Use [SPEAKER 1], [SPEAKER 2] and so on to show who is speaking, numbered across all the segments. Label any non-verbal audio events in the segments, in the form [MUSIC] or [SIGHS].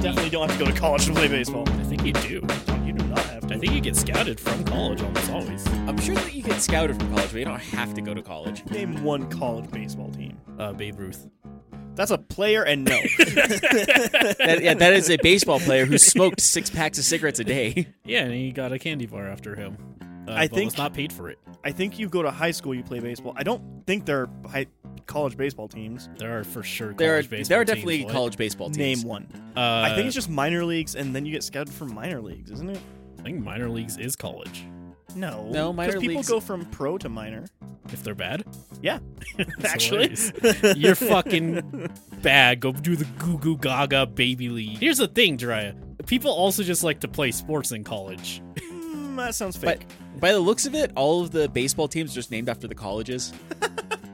[SPEAKER 1] have to go to college to play baseball.
[SPEAKER 2] I think you do.
[SPEAKER 1] You do not have
[SPEAKER 2] I
[SPEAKER 1] to.
[SPEAKER 2] think you get scouted from college almost always.
[SPEAKER 3] I'm sure that you get scouted from college, but you don't have to go to college.
[SPEAKER 1] Name one college baseball team.
[SPEAKER 2] Uh, Babe Ruth.
[SPEAKER 1] That's a player and
[SPEAKER 3] [LAUGHS]
[SPEAKER 1] no.
[SPEAKER 3] [LAUGHS] That, yeah, that is a baseball player who smoked six packs of cigarettes a day.
[SPEAKER 2] Yeah, and he got a candy bar after him. Uh,
[SPEAKER 1] I
[SPEAKER 2] but
[SPEAKER 1] think-
[SPEAKER 2] was not paid for it.
[SPEAKER 1] I think you go to high school, you play baseball. I don't think there are high college baseball teams.
[SPEAKER 2] There are for sure. College
[SPEAKER 3] There are
[SPEAKER 2] baseball
[SPEAKER 3] there are
[SPEAKER 2] teams,
[SPEAKER 3] definitely
[SPEAKER 2] what?
[SPEAKER 3] college baseball teams.
[SPEAKER 1] Name one.
[SPEAKER 2] Uh,
[SPEAKER 1] I think it's just minor leagues, and then you get scouted for minor leagues, isn't it?
[SPEAKER 2] I think minor leagues is college
[SPEAKER 1] No,
[SPEAKER 3] No, minor
[SPEAKER 1] because people
[SPEAKER 3] leagues-
[SPEAKER 1] go from pro to minor.
[SPEAKER 2] if they're bad.
[SPEAKER 3] [LAUGHS]
[SPEAKER 1] Yeah, [LAUGHS]
[SPEAKER 2] That's
[SPEAKER 1] actually,
[SPEAKER 2] hilarious. you're fucking bad. Go do the goo goo gaga baby league. Here's the thing, Jiraiya. People also just like to play sports in college.
[SPEAKER 1] Mm, that sounds
[SPEAKER 3] But
[SPEAKER 1] fake.
[SPEAKER 3] by the looks of it, all of the baseball teams are just named after the colleges.
[SPEAKER 2] [LAUGHS]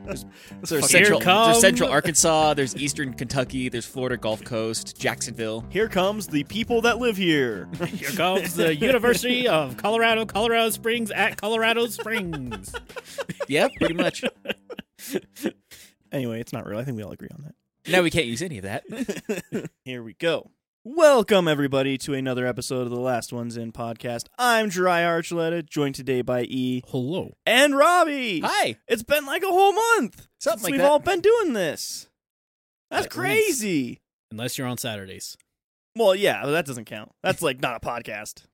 [SPEAKER 3] There's, so there's
[SPEAKER 1] Here
[SPEAKER 3] central,
[SPEAKER 2] come-
[SPEAKER 3] there's central Arkansas, there's Eastern Kentucky, there's Florida Gulf Coast, Jacksonville.
[SPEAKER 1] Here comes the people that live
[SPEAKER 3] [LAUGHS]
[SPEAKER 1] here.
[SPEAKER 2] Here comes the University of Colorado, Colorado Springs at Colorado Springs.
[SPEAKER 3] Yeah,
[SPEAKER 2] [LAUGHS]
[SPEAKER 3] pretty much.
[SPEAKER 1] anyway, it's not real. I think we all agree on that.
[SPEAKER 3] now we can't use any
[SPEAKER 2] [LAUGHS]
[SPEAKER 3] of that.
[SPEAKER 1] Here we go. Welcome everybody to another episode of the Last Ones In podcast. I'm Dry Archuleta, joined today by E
[SPEAKER 2] Hello.
[SPEAKER 1] and Robbie.
[SPEAKER 3] Hi.
[SPEAKER 1] It's been like a whole month
[SPEAKER 3] Something
[SPEAKER 1] since
[SPEAKER 3] like
[SPEAKER 1] we've
[SPEAKER 3] that.
[SPEAKER 1] all been doing this. That's
[SPEAKER 3] At least.
[SPEAKER 1] crazy.
[SPEAKER 2] Unless you're on Saturdays.
[SPEAKER 1] Well, yeah, that doesn't count. That's like not a podcast.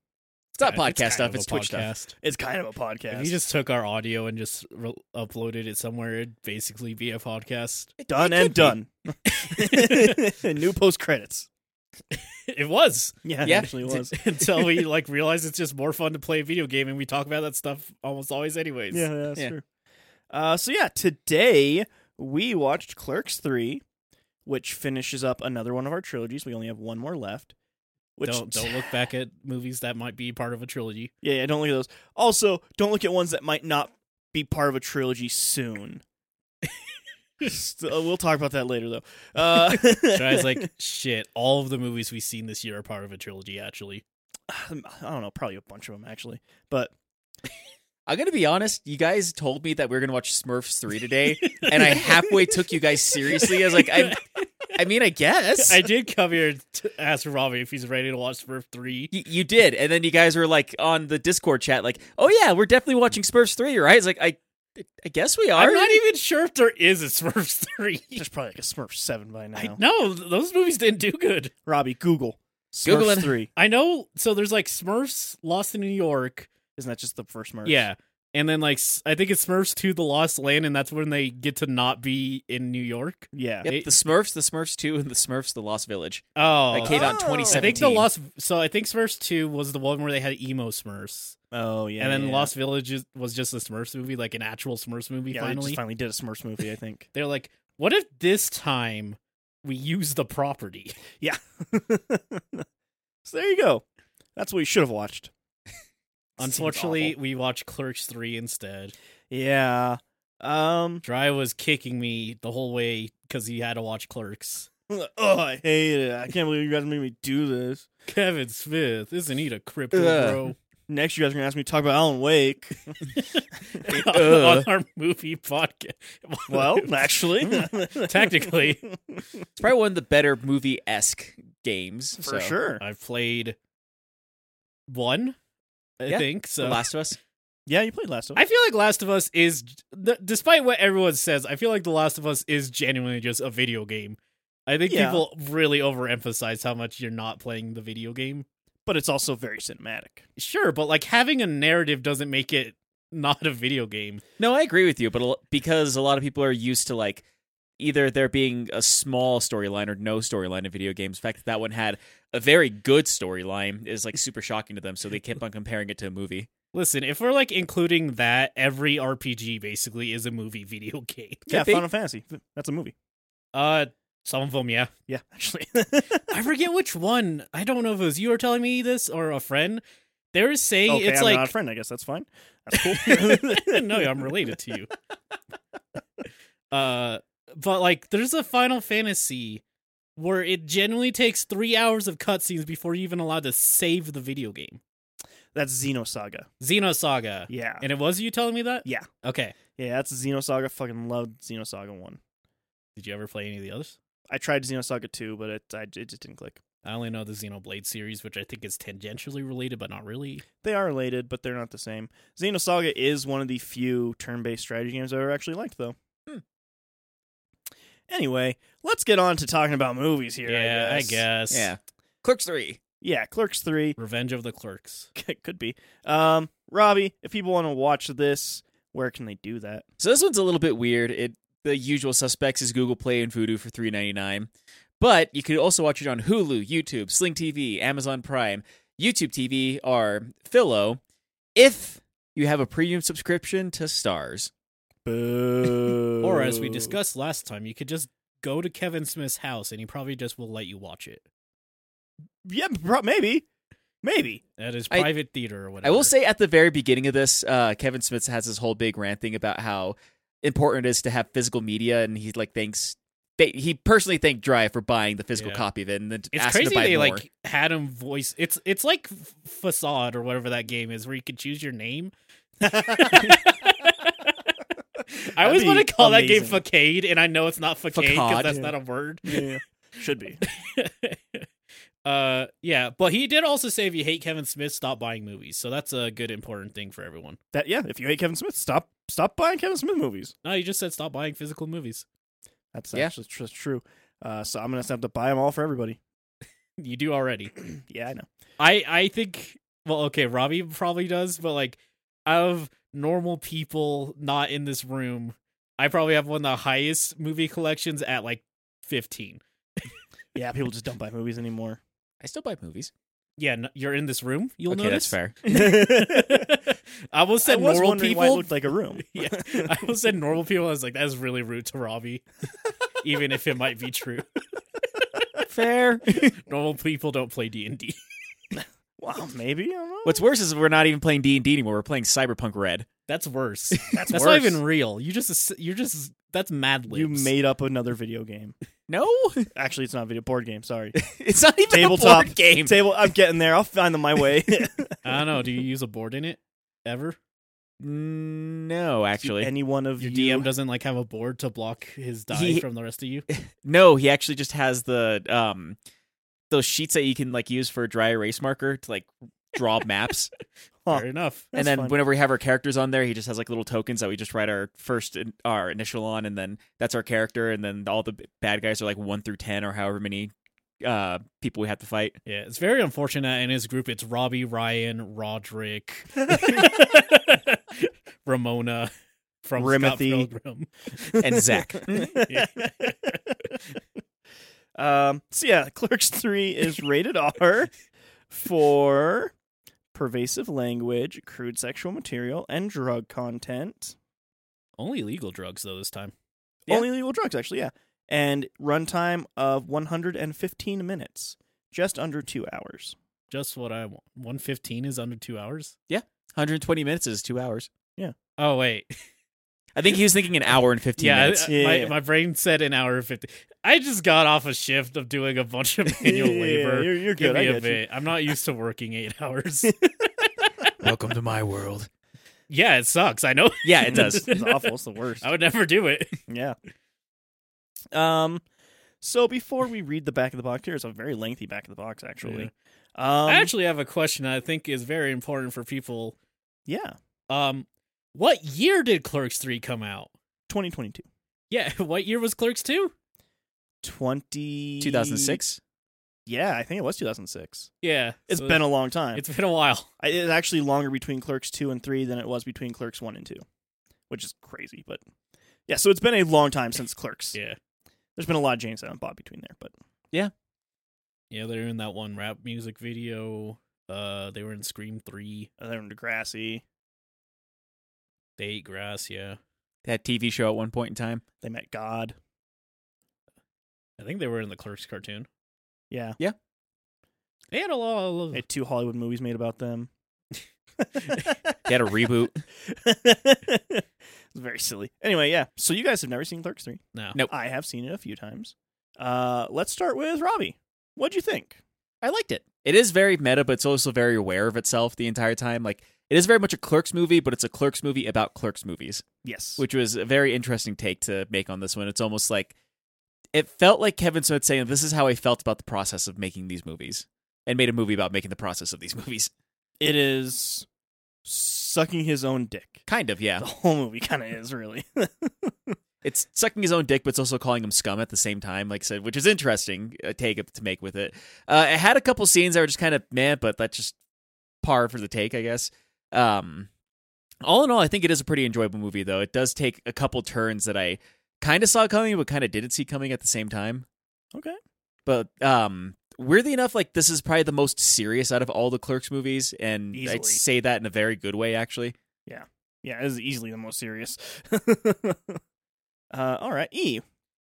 [SPEAKER 3] It's not
[SPEAKER 2] Yeah,
[SPEAKER 3] podcast
[SPEAKER 2] kind
[SPEAKER 3] stuff,
[SPEAKER 2] of a
[SPEAKER 3] it's Twitch stuff.
[SPEAKER 2] podcast.
[SPEAKER 1] It's kind of a podcast.
[SPEAKER 2] If you just took our audio and just re- uploaded it somewhere, it'd basically be a podcast. [LAUGHS]
[SPEAKER 1] done
[SPEAKER 3] it
[SPEAKER 1] and
[SPEAKER 3] could be.
[SPEAKER 1] done. [LAUGHS]
[SPEAKER 3] [LAUGHS]
[SPEAKER 1] New post credits.
[SPEAKER 2] It was [LAUGHS]
[SPEAKER 1] Yeah, it
[SPEAKER 3] Yeah.
[SPEAKER 1] actually was.
[SPEAKER 2] until
[SPEAKER 3] [LAUGHS]
[SPEAKER 2] we like realized it's just more fun to play a video game, and we talk about that stuff almost always, anyways.
[SPEAKER 1] yeah, that's
[SPEAKER 3] Yeah.
[SPEAKER 1] true. Uh, so yeah, today we watched Clerks three, which finishes up another one of our trilogies. We only have one more left. Which
[SPEAKER 2] don't don't look back at movies that might be part of a
[SPEAKER 3] [LAUGHS]
[SPEAKER 2] trilogy.
[SPEAKER 1] Yeah, yeah, don't look at those. Also, don't look at ones that might not be part of a trilogy soon. [LAUGHS] St- uh, we'll talk about that later, though.
[SPEAKER 2] [LAUGHS]
[SPEAKER 1] Uh, [LAUGHS]
[SPEAKER 2] Try's like, shit, all of the movies we've seen this year are part of a trilogy.
[SPEAKER 3] [LAUGHS]
[SPEAKER 2] Actually,
[SPEAKER 1] Um, I don't know, probably a bunch of them actually. But
[SPEAKER 3] I'm going to be honest. You guys told me that we were going to watch Smurfs
[SPEAKER 2] [LAUGHS]
[SPEAKER 3] 3 today, and I halfway took you guys seriously. I was like, I, I mean, I guess.
[SPEAKER 2] I did come here to ask Robbie if he's ready to watch Smurf three.
[SPEAKER 3] Y- you did. And then you guys were like on the Discord chat, like, oh, yeah, we're definitely watching Smurfs 3, right? It's like, I I guess we are.
[SPEAKER 2] I'm not even sure if there is a Smurf [LAUGHS] three.
[SPEAKER 1] there's probably like a Smurf seven by now.
[SPEAKER 2] I know those movies didn't do good.
[SPEAKER 1] Robbie, Google Smurfs
[SPEAKER 3] Googling.
[SPEAKER 1] three.
[SPEAKER 2] I know. So there's like Smurfs Lost in New York,
[SPEAKER 1] Isn't that just the first Smurfs?
[SPEAKER 2] Yeah. And then like s- I think it's Smurfs to the Lost Land, and that's when they get to not be in New York.
[SPEAKER 1] yeah.
[SPEAKER 3] Yep, the Smurfs, the Smurfs 2, and the Smurfs, the Lost Village.
[SPEAKER 2] Oh,
[SPEAKER 3] That came out in
[SPEAKER 1] Oh.
[SPEAKER 2] I
[SPEAKER 3] 2017.
[SPEAKER 2] think the Lost. So I think Smurfs Two was the one where they had emo Smurfs,
[SPEAKER 1] Oh yeah.
[SPEAKER 2] and then
[SPEAKER 1] yeah.
[SPEAKER 2] Lost Village is, was just a Smurfs movie, like an actual Smurfs movie.
[SPEAKER 1] Yeah, they
[SPEAKER 2] finally,
[SPEAKER 1] just finally did a Smurfs movie. I think.
[SPEAKER 2] they're like, what if this time we use
[SPEAKER 1] [LAUGHS]
[SPEAKER 2] the property?
[SPEAKER 1] yeah. [LAUGHS] so there you go. That's what you should have watched.
[SPEAKER 2] Unfortunately,
[SPEAKER 1] awful.
[SPEAKER 2] we watched Clerks Three instead.
[SPEAKER 1] Yeah. Um. [LAUGHS]
[SPEAKER 2] Dry was kicking me the whole way because he had to watch Clerks.
[SPEAKER 1] Oh, I hate it. I can't believe you guys made me do this.
[SPEAKER 2] Kevin Smith, isn't he a cripple,
[SPEAKER 3] Ugh.
[SPEAKER 2] bro? [LAUGHS]
[SPEAKER 1] Next, you guys are gonna ask me to talk about Alan Wake. [LAUGHS]
[SPEAKER 3] Ugh.
[SPEAKER 2] on our movie podcast. [LAUGHS] Hmm.
[SPEAKER 1] well, actually,
[SPEAKER 2] technically,
[SPEAKER 3] It's probably one of the better movie esque games.
[SPEAKER 1] for
[SPEAKER 3] so.
[SPEAKER 1] sure.
[SPEAKER 2] I've played one, I
[SPEAKER 3] Yeah,
[SPEAKER 2] think.
[SPEAKER 3] The
[SPEAKER 2] So
[SPEAKER 3] Last of Us.
[SPEAKER 1] Yeah, you played Last of Us.
[SPEAKER 2] I feel like Last of Us is, th- despite what everyone says, I feel like The Last of Us is genuinely just a video game. I think
[SPEAKER 1] Yeah.
[SPEAKER 2] people really overemphasize how much you're not playing the video game.
[SPEAKER 1] but it's also very cinematic.
[SPEAKER 2] Sure, but like having a narrative doesn't make it not a video game.
[SPEAKER 3] No, I agree with you, but a lo- because a lot of people are used to like either there being a small storyline or no storyline in video games. In fact, that that one had a very good storyline is like super shocking to them, so they kept on comparing it to a movie.
[SPEAKER 2] Listen, if we're like including that, every RPG basically is a movie [LAUGHS] video game.
[SPEAKER 1] yeah,
[SPEAKER 3] be.
[SPEAKER 1] Final Fantasy. That's a movie.
[SPEAKER 2] Uh, some of them, yeah.
[SPEAKER 1] Yeah, [LAUGHS] actually.
[SPEAKER 2] I forget which one. I don't know if it was you were telling me this or a friend. They were
[SPEAKER 1] [LAUGHS]
[SPEAKER 2] saying
[SPEAKER 1] okay,
[SPEAKER 2] it's
[SPEAKER 1] I'm not a
[SPEAKER 2] like
[SPEAKER 1] friend. I guess that's fine. That's [LAUGHS] cool.
[SPEAKER 2] [LAUGHS] no, I'm related to you. [LAUGHS] Uh, but like, there's a Final Fantasy where it generally takes three hours of cutscenes before you're even allowed to save the video game.
[SPEAKER 1] That's Xenosaga.
[SPEAKER 2] Xenosaga,
[SPEAKER 1] Yeah.
[SPEAKER 2] and it was you telling me that.
[SPEAKER 1] Yeah.
[SPEAKER 2] Okay.
[SPEAKER 1] Yeah, that's Xenosaga. Fucking loved Xenosaga 1.
[SPEAKER 2] Did you ever play any of the others?
[SPEAKER 1] I tried Xenosaga 2, but it, I, it just didn't click.
[SPEAKER 2] I only know the Xenoblade series, which I think is tangentially related, but not really.
[SPEAKER 1] They are related, but they're not the same. Xenosaga is one of the few turn-based strategy games I've ever actually liked, though.
[SPEAKER 3] Hmm.
[SPEAKER 1] Anyway, let's get on to talking about movies here.
[SPEAKER 2] yeah,
[SPEAKER 1] I guess.
[SPEAKER 3] Yeah. Clerks 3.
[SPEAKER 1] Yeah, Clerks Three [LAUGHS]
[SPEAKER 2] Revenge of the Clerks.
[SPEAKER 1] could be. Um, Robbie, if people want to watch this, where can they do that?
[SPEAKER 3] So this one's a little bit weird. It the usual suspects is Google Play and Vudu for three ninety nine, but you could also watch it on Hulu, YouTube, Sling TV, Amazon Prime, YouTube TV, or Philo, if you have a premium subscription to Stars.
[SPEAKER 1] Boo.
[SPEAKER 2] [LAUGHS] Or as we discussed last time, you could just go to Kevin Smith's house and he probably just will let you watch it.
[SPEAKER 1] yeah, pro- maybe, maybe.
[SPEAKER 2] At his
[SPEAKER 3] I-
[SPEAKER 2] private theater or whatever.
[SPEAKER 3] I will say at the very beginning of this, uh, Kevin Smith has this whole big rant thing about how important it is to have physical media, and he like thanks. They, he personally thanked Dry for buying the physical
[SPEAKER 2] Yeah.
[SPEAKER 3] copy of it, and then
[SPEAKER 2] it's
[SPEAKER 3] asked him
[SPEAKER 2] crazy
[SPEAKER 3] to buy
[SPEAKER 2] they
[SPEAKER 3] more.
[SPEAKER 2] like had him voice. It's it's like F- facade or whatever that game is where you could choose
[SPEAKER 1] [LAUGHS]
[SPEAKER 2] your name. [LAUGHS] I always
[SPEAKER 1] be
[SPEAKER 2] want to call that
[SPEAKER 1] amazing.
[SPEAKER 2] game Facade, and I know it's not Facade because
[SPEAKER 3] Facade.
[SPEAKER 2] that's
[SPEAKER 1] Yeah.
[SPEAKER 2] not a word.
[SPEAKER 1] Yeah, should be.
[SPEAKER 2] [LAUGHS] uh, yeah, but he did also say if you hate Kevin Smith, stop buying movies. So that's a good important thing for everyone.
[SPEAKER 1] That yeah. If you hate Kevin Smith, stop stop buying Kevin Smith movies.
[SPEAKER 2] No, you just said stop buying physical movies.
[SPEAKER 1] That's
[SPEAKER 3] Yeah.
[SPEAKER 1] actually tr- true. Uh, so I'm gonna have to buy them all for everybody. [CLEARS THROAT]
[SPEAKER 2] You do already.
[SPEAKER 1] yeah, I know.
[SPEAKER 2] I I think well, okay, Robbie probably does, but like out of normal people not in this room, I probably have one of the highest movie collections at like fifteen.
[SPEAKER 1] Yeah, people just don't buy movies anymore.
[SPEAKER 3] I still buy movies.
[SPEAKER 2] Yeah, no, you're in this room. You'll
[SPEAKER 3] okay, that's
[SPEAKER 2] notice.
[SPEAKER 3] fair.
[SPEAKER 2] [LAUGHS] I will
[SPEAKER 1] I
[SPEAKER 2] said
[SPEAKER 1] was
[SPEAKER 2] normal
[SPEAKER 1] wondering why it
[SPEAKER 2] people.
[SPEAKER 1] looked like a room.
[SPEAKER 2] [LAUGHS] yeah, I almost said normal people. I was like, that's really rude to Robbie, [LAUGHS] even if it might be true.
[SPEAKER 3] [LAUGHS] Fair.
[SPEAKER 2] Normal people don't play D and D. [LAUGHS]
[SPEAKER 1] Well, maybe I don't know.
[SPEAKER 3] What's worse is we're not even playing D and D anymore. We're playing Cyberpunk Red.
[SPEAKER 2] That's worse.
[SPEAKER 1] that's
[SPEAKER 2] That's not even real. You just you're just that's Mad Libs.
[SPEAKER 1] You made up another video game.
[SPEAKER 3] No, [LAUGHS]
[SPEAKER 1] Actually, it's not a video board game. Sorry, [LAUGHS]
[SPEAKER 3] it's not even a
[SPEAKER 1] Tabletop.
[SPEAKER 3] board game.
[SPEAKER 1] table. I'm getting there. I'll find them my way. [LAUGHS]
[SPEAKER 2] I don't know. Do you use a board in it ever?
[SPEAKER 3] no, actually,
[SPEAKER 1] any one of
[SPEAKER 2] Your
[SPEAKER 1] you.
[SPEAKER 2] DM doesn't like have a board to block his die
[SPEAKER 3] He-
[SPEAKER 2] from the rest of you.
[SPEAKER 3] no. He actually just has the um those sheets that you can like use for dry erase marker to like draw maps,
[SPEAKER 1] Huh.
[SPEAKER 2] Fair enough.
[SPEAKER 1] That's
[SPEAKER 3] and then
[SPEAKER 1] fun.
[SPEAKER 3] whenever we have our characters on there, he just has like little tokens that we just write our first in- our initial on, and then that's our character, and then all the b- bad guys are like one through ten or however many uh people we have
[SPEAKER 1] [LAUGHS]
[SPEAKER 3] to fight.
[SPEAKER 2] Yeah, it's very unfortunate. In his group, it's Robbie, Ryan, Roderick, Ramona from Scott
[SPEAKER 1] Rimothy.
[SPEAKER 2] Pilgrim. [LAUGHS]
[SPEAKER 3] And Zach.
[SPEAKER 1] [LAUGHS] um. So yeah, Clerks Three is rated R for pervasive language, crude sexual material, and drug content.
[SPEAKER 2] Only legal drugs though this time.
[SPEAKER 3] Yeah.
[SPEAKER 1] Only legal drugs, actually. Yeah, and runtime of 115 minutes, just under two
[SPEAKER 2] [LAUGHS]
[SPEAKER 1] hours.
[SPEAKER 2] Just what I want. One fifteen is under two hours.
[SPEAKER 3] 120 minutes is two hours.
[SPEAKER 2] Oh wait, [LAUGHS]
[SPEAKER 3] I think he was thinking an hour and 15
[SPEAKER 2] yeah,
[SPEAKER 3] minutes.
[SPEAKER 2] I-
[SPEAKER 1] Yeah,
[SPEAKER 2] my,
[SPEAKER 1] yeah.
[SPEAKER 2] my brain said an hour and fifty. I just got off a shift of doing a
[SPEAKER 1] [LAUGHS]
[SPEAKER 2] bunch of manual
[SPEAKER 1] Yeah,
[SPEAKER 2] labor.
[SPEAKER 1] You're, you're
[SPEAKER 2] Give
[SPEAKER 1] good. I
[SPEAKER 2] me a
[SPEAKER 1] get you.
[SPEAKER 2] bit. I'm not used to working
[SPEAKER 1] [LAUGHS]
[SPEAKER 2] eight [LAUGHS] hours.
[SPEAKER 3] Welcome to my world.
[SPEAKER 2] yeah, it sucks. I know. [LAUGHS]
[SPEAKER 3] Yeah, it does.
[SPEAKER 1] it's awful. It's the worst.
[SPEAKER 2] I would never do it.
[SPEAKER 1] Yeah. Um. So before we read the back of the box, here's a very lengthy back of the box, actually. Um.
[SPEAKER 2] I actually have a question I think is very important for people.
[SPEAKER 1] yeah.
[SPEAKER 2] Um, what year did Clerks three come out?
[SPEAKER 1] 2022.
[SPEAKER 2] Yeah, [LAUGHS] what year was Clerks two?
[SPEAKER 1] 20
[SPEAKER 3] 2006.
[SPEAKER 1] Yeah, I think it was 2006.
[SPEAKER 2] Yeah,
[SPEAKER 1] It's
[SPEAKER 2] so
[SPEAKER 1] been a long time. It's,
[SPEAKER 2] it's been a while. [LAUGHS]
[SPEAKER 1] it's actually longer between Clerks 2 and 3 than it was between Clerks 1 and 2, which is crazy, but yeah, so it's been a long time since Clerks.
[SPEAKER 2] Yeah,
[SPEAKER 1] There's been a lot of Jane Silent Bob between there, but
[SPEAKER 2] yeah, they were in that one rap music video. Uh, they were in Scream three.
[SPEAKER 1] other than Degrassi,
[SPEAKER 2] They ate grass. Yeah,
[SPEAKER 3] That TV show at one point in time.
[SPEAKER 1] they met God.
[SPEAKER 2] I think they were in the Clerks cartoon.
[SPEAKER 1] Yeah.
[SPEAKER 2] They had a lot of
[SPEAKER 1] They had two Hollywood movies made about them. [LAUGHS]
[SPEAKER 3] They had a reboot.
[SPEAKER 1] it's very silly. Anyway, yeah. So you guys have never seen Clerks 3.
[SPEAKER 2] no.
[SPEAKER 3] Nope.
[SPEAKER 1] I have seen it a few times. Uh, let's start with Robbie. What'd you think?
[SPEAKER 3] I liked it. It is very meta, but it's also very aware of itself the entire time. Like, it is very much a Clerks movie, but it's a Clerks movie about Clerks movies,
[SPEAKER 1] Yes.
[SPEAKER 3] which was a very interesting take to make on this one. It's almost like it felt like Kevin Smith saying, "This is how I felt about the process of making these movies," and made a movie about making the process of these [LAUGHS] movies.
[SPEAKER 1] It is sucking his own dick.
[SPEAKER 3] Kind of, yeah.
[SPEAKER 1] The [LAUGHS] whole movie kind of is really. [LAUGHS]
[SPEAKER 3] It's sucking his own dick, but it's also calling him scum at the same time. Like I said, which is interesting uh, take to make with it. Uh, it had a couple scenes that were just kind of meh, but that's just par for the take, I guess. Um, all in all, I think it is a pretty enjoyable movie, though. It does take a couple turns that I kind of saw coming, but kind of didn't see coming at the same time.
[SPEAKER 1] Okay.
[SPEAKER 3] But um, weirdly enough, like this is probably the most serious out of all the Clerks movies, and
[SPEAKER 1] Easily.
[SPEAKER 3] I'd say that in a very good way, actually.
[SPEAKER 1] yeah, this is easily the most serious. [LAUGHS] uh, all right, E.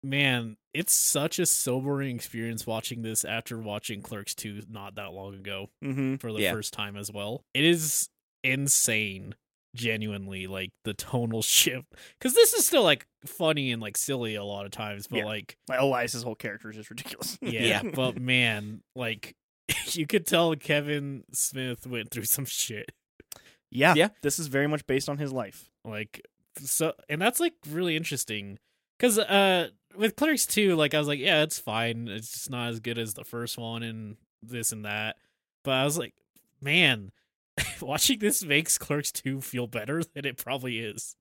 [SPEAKER 2] Man, it's such a sobering experience watching this after watching Clerks 2 not that long ago.
[SPEAKER 1] Mm-hmm.
[SPEAKER 2] for the
[SPEAKER 3] Yeah.
[SPEAKER 2] first time as well. It is insane, genuinely, like the tonal [LAUGHS] shift. Because this is still like funny and like silly a lot of times, but
[SPEAKER 1] Yeah.
[SPEAKER 2] like,
[SPEAKER 1] Like Elias's whole character is just ridiculous. [LAUGHS]
[SPEAKER 2] yeah, but man, like [LAUGHS] you could tell Kevin Smith went through some shit.
[SPEAKER 1] yeah,
[SPEAKER 3] Yeah.
[SPEAKER 1] This is very much based on his life.
[SPEAKER 2] Like, so, and that's like really interesting. Because, uh, with Clerks 2, like, I was like, yeah, it's fine. It's just not as good as the first one and this and that. But I was like, man, [LAUGHS] watching this makes Clerks 2 feel better [LAUGHS] than it probably is.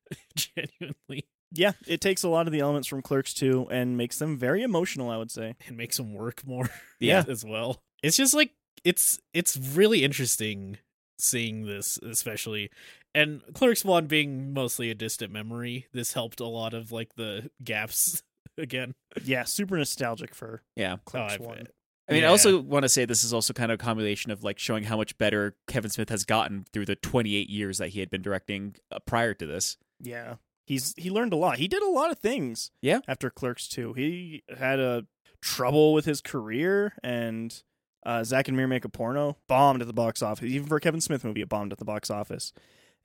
[SPEAKER 2] [LAUGHS] Genuinely.
[SPEAKER 1] Yeah, it takes a lot of the elements from Clerks 2 and makes them very emotional, I would say.
[SPEAKER 2] And makes them work more
[SPEAKER 3] Yeah.
[SPEAKER 2] as well. It's just like, it's it's really interesting seeing this, especially. And Clerks 1 being mostly a distant memory, this helped a lot of like the gaps [LAUGHS] again.
[SPEAKER 1] Yeah, super nostalgic for
[SPEAKER 3] Yeah.
[SPEAKER 1] Clerks
[SPEAKER 2] Oh, I
[SPEAKER 1] 1.
[SPEAKER 2] bet.
[SPEAKER 3] I mean,
[SPEAKER 2] Yeah.
[SPEAKER 3] I also want to say this is also kind of a combination of like showing how much better Kevin Smith has gotten through the 28 years that he had been directing uh, prior to this.
[SPEAKER 1] Yeah. He's he learned a lot. He did a lot of things.
[SPEAKER 3] Yeah.
[SPEAKER 1] After Clerks 2. He had a trouble with his career and uh Zack and Mir make a porno bombed at the box office. Even for a Kevin Smith movie, it bombed at the box office.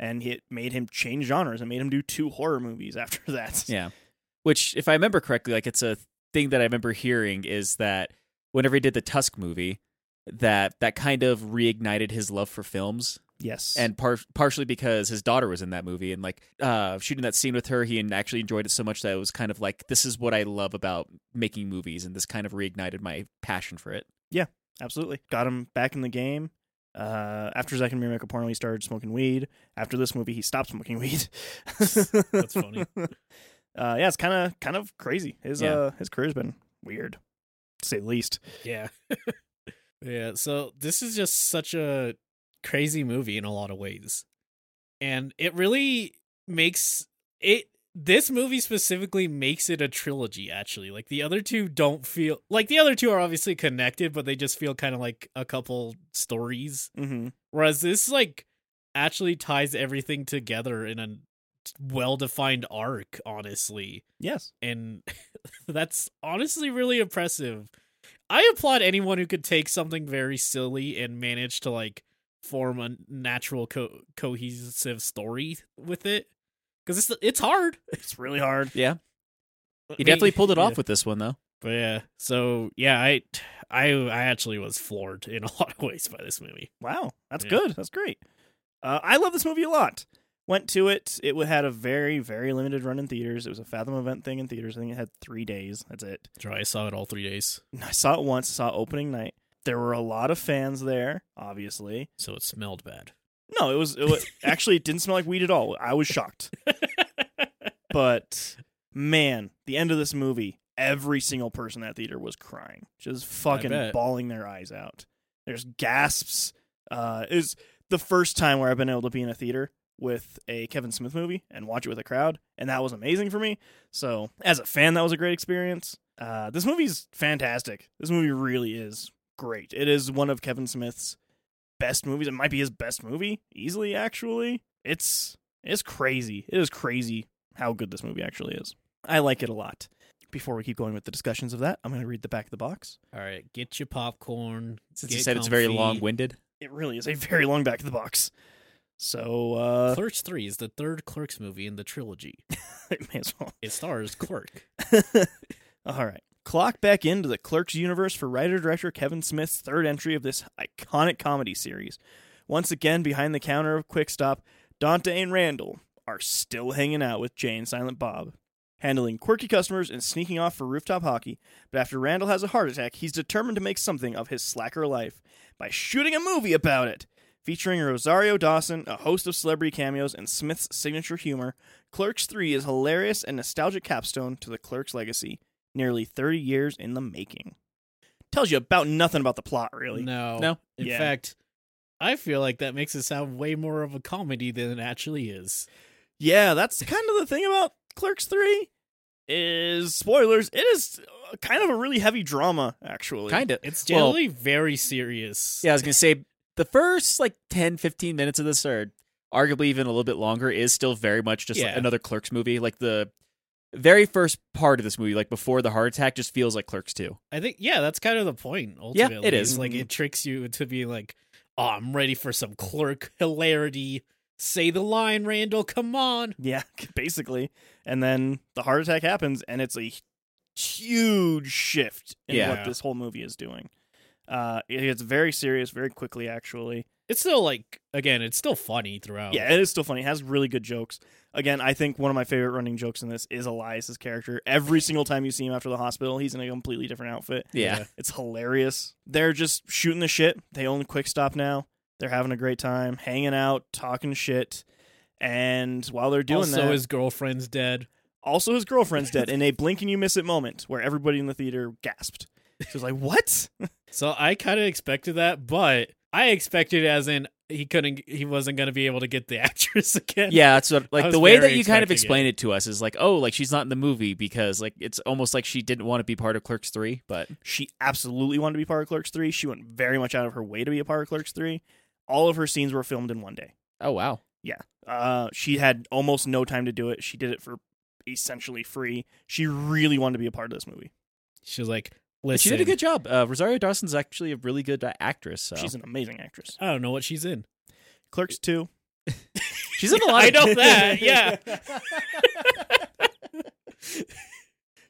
[SPEAKER 1] And it made him change genres and made him do two horror movies after [LAUGHS] that.
[SPEAKER 3] Yeah. Which, if I remember correctly, like it's a thing that I remember hearing is that whenever he did the Tusk movie, that that kind of reignited his love for films
[SPEAKER 1] Yes.
[SPEAKER 3] and par- partially because his daughter was in that movie and like uh, shooting that scene with her he actually enjoyed it so much that it was kind of like this is what i love about making movies and this kind of reignited my passion for it
[SPEAKER 1] Absolutely. Got him back in the game. Uh, after Zack and Miri make a porno, he started smoking weed. After this movie, he stopped smoking [LAUGHS] weed. That's
[SPEAKER 2] funny.
[SPEAKER 1] [LAUGHS] Uh, yeah, it's kind of kind of crazy. His
[SPEAKER 3] Yeah.
[SPEAKER 1] uh, his career's been weird, to say the least.
[SPEAKER 2] Yeah. [LAUGHS] yeah. So this is just such a crazy movie in a lot of ways. And it really makes it this movie specifically makes it a trilogy actually. Like the other two don't feel like the other two are obviously connected, but they just feel kind of like a couple stories.
[SPEAKER 1] Mm-hmm.
[SPEAKER 2] Whereas this like actually ties everything together in a well-defined arc, honestly
[SPEAKER 1] Yes.
[SPEAKER 2] and [LAUGHS] that's honestly really impressive. I applaud anyone who could take something very silly and manage to like form a natural co- cohesive story with it because it's it's hard. [LAUGHS]
[SPEAKER 1] It's really hard.
[SPEAKER 3] yeah
[SPEAKER 2] I
[SPEAKER 3] he
[SPEAKER 2] mean,
[SPEAKER 3] definitely pulled it
[SPEAKER 2] yeah.
[SPEAKER 3] off with this one though
[SPEAKER 2] But yeah, so yeah, I I I actually was floored in a [LAUGHS] lot of ways by this movie.
[SPEAKER 1] Wow, that's
[SPEAKER 2] Yeah.
[SPEAKER 1] good. That's great. Uh, I love this movie a lot. Went to it. It had a very very limited run in theaters. It was a Fathom event thing in theaters. I think it had three days. That's it.
[SPEAKER 2] Dry, I saw it all three days,
[SPEAKER 1] I saw it once. Saw it opening night. There were a lot of fans there, obviously.
[SPEAKER 2] so it smelled bad.
[SPEAKER 1] No, it was, it was actually it didn't smell like weed at all. I was shocked. but man, the end of this movie, every single person in that theater was crying, just fucking
[SPEAKER 2] bet.
[SPEAKER 1] bawling their eyes out. There's gasps. Uh, it was the first time where I've been able to be in a theater with a Kevin Smith movie and watch it with a crowd, and that was amazing for me. So as a fan, that was a great experience. Uh, this movie's fantastic. This movie really is great. It is one of Kevin Smith's best movies. It might be his best movie easily. Actually, it's it's crazy. It is crazy how good this movie actually is. I like it a lot. Before we keep going with the discussions of that, I'm going to read the back of the box.
[SPEAKER 2] All right, get your popcorn.
[SPEAKER 3] since
[SPEAKER 2] get
[SPEAKER 3] you said it's very
[SPEAKER 2] comfy.
[SPEAKER 3] long-winded
[SPEAKER 1] It really is a very long back of the box. So, uh, [LAUGHS]
[SPEAKER 2] Clerks Three is the third Clerks movie in the trilogy.
[SPEAKER 1] it may as well.
[SPEAKER 2] It stars Clerk.
[SPEAKER 1] All right. Clock back into the Clerks universe for writer director Kevin Smith's third entry of this iconic comedy series. Once again, behind the counter of Quick Stop, Dante and Randall are still hanging out with Jay and Silent Bob. handling quirky customers and sneaking off for rooftop hockey. But after Randall has a heart attack, he's determined to make something of his slacker life by shooting a movie about it. Featuring Rosario Dawson, a host of celebrity cameos, and Smith's signature humor, Clerks 3 is hilarious and nostalgic capstone to the Clerks legacy, nearly 30 years in the making. Tells you about nothing about the plot, really.
[SPEAKER 2] No.
[SPEAKER 3] No?
[SPEAKER 2] In
[SPEAKER 1] Yeah.
[SPEAKER 2] fact, I feel like that makes it sound way more of a comedy than it actually is.
[SPEAKER 1] Yeah, that's kind of the thing about Clerks 3 is spoilers. It is uh, kind of a really heavy drama actually.
[SPEAKER 3] Kind of.
[SPEAKER 2] It's
[SPEAKER 3] Well-
[SPEAKER 2] generally very serious.
[SPEAKER 3] Yeah, I was gonna say the first like 10, 15 minutes of this, or arguably even a little bit longer, is still very much just like,
[SPEAKER 2] Yeah.
[SPEAKER 3] another Clerks movie. Like the very first part of this movie, like before the heart attack, just feels like Clerks two.
[SPEAKER 2] I think yeah, that's kind of the point. Ultimately,
[SPEAKER 3] it is.
[SPEAKER 2] like it tricks you to be like, "Oh, I'm ready for some clerk hilarity." Say the line, Randall. Come on.
[SPEAKER 1] Yeah, [LAUGHS] basically. And then the heart attack happens and it's a huge shift in
[SPEAKER 2] Yeah.
[SPEAKER 1] what this whole movie is doing. Uh it gets very serious very quickly actually.
[SPEAKER 2] It's still like again, it's still funny throughout.
[SPEAKER 1] Yeah, it is still funny. It has really good jokes. Again, I think one of my favorite running jokes in this is Elias's character. Every single time you see him after the hospital, he's in a completely different outfit.
[SPEAKER 2] [LAUGHS]
[SPEAKER 3] Yeah.
[SPEAKER 1] It's hilarious. They're just shooting the shit. They own Quick Stop now. They're having a great time, hanging out, talking shit. And while they're doing
[SPEAKER 2] also,
[SPEAKER 1] that,
[SPEAKER 2] his girlfriend's dead.
[SPEAKER 1] also his girlfriend's dead in a blink and you miss it moment where everybody in the theater gasped. She was like, "What?"
[SPEAKER 2] So I kind of expected that, but I expected as in he couldn't, he wasn't going to be able to get the [LAUGHS] actress again.
[SPEAKER 3] Yeah, that's what
[SPEAKER 2] I
[SPEAKER 3] like
[SPEAKER 2] was
[SPEAKER 3] the way
[SPEAKER 2] very
[SPEAKER 3] that you kind of
[SPEAKER 2] expecting
[SPEAKER 3] explain it. to us is like, oh, like she's not in the movie because like it's almost like she didn't want to be part of Clerks three, but
[SPEAKER 1] She absolutely wanted to be part of Clerks Three. She went very much out of her way to be a part of Clerks Three. All of her scenes were filmed in one day.
[SPEAKER 3] oh wow,
[SPEAKER 1] Uh, she had almost no time to do it. She did it for essentially free. She really wanted to be a part of this movie.
[SPEAKER 2] she was like,
[SPEAKER 3] But
[SPEAKER 2] "Listen,
[SPEAKER 3] she did a good job. Uh, Rosario Dawson's actually a really good uh, actress. So.
[SPEAKER 1] She's an amazing actress.
[SPEAKER 2] I don't know what she's
[SPEAKER 3] [LAUGHS]
[SPEAKER 2] in.
[SPEAKER 1] Clerks Two.
[SPEAKER 2] [LAUGHS]
[SPEAKER 3] She's in a lot.
[SPEAKER 2] I
[SPEAKER 3] of- [LAUGHS]
[SPEAKER 2] know that. Yeah,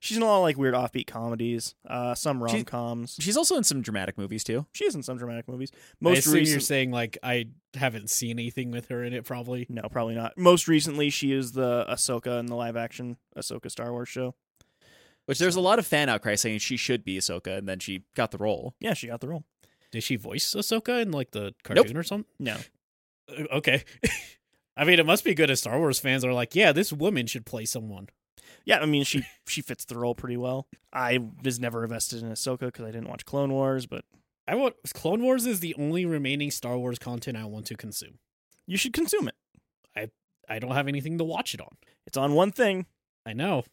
[SPEAKER 1] She's in a lot of like weird offbeat comedies, uh, some
[SPEAKER 3] She-
[SPEAKER 1] rom coms. She,
[SPEAKER 3] She's also in some dramatic movies too.
[SPEAKER 1] is in some dramatic movies.
[SPEAKER 2] I
[SPEAKER 1] Most
[SPEAKER 2] assume you're
[SPEAKER 1] recent,
[SPEAKER 2] saying like I haven't seen anything with her in it. Probably.
[SPEAKER 1] no, probably not. Most recently, she is the Ahsoka in the live action Ahsoka Star Wars show.
[SPEAKER 3] Which there's a lot of fan outcry saying she should be Ahsoka, and then she got the role.
[SPEAKER 1] Yeah, she got the role.
[SPEAKER 2] Did she voice Ahsoka in like the cartoon or something?
[SPEAKER 1] No,
[SPEAKER 2] Uh, Okay. [LAUGHS] I mean, it must be good if Star Wars fans are like, yeah, this woman should play someone.
[SPEAKER 1] yeah, I mean she she fits the role pretty well. I was never invested in Ahsoka because I didn't watch Clone Wars, but
[SPEAKER 2] I want Clone Wars is the only remaining Star Wars content I want to consume.
[SPEAKER 1] you should consume it.
[SPEAKER 2] I don't have anything to watch it on.
[SPEAKER 1] It's on one thing.
[SPEAKER 2] I know.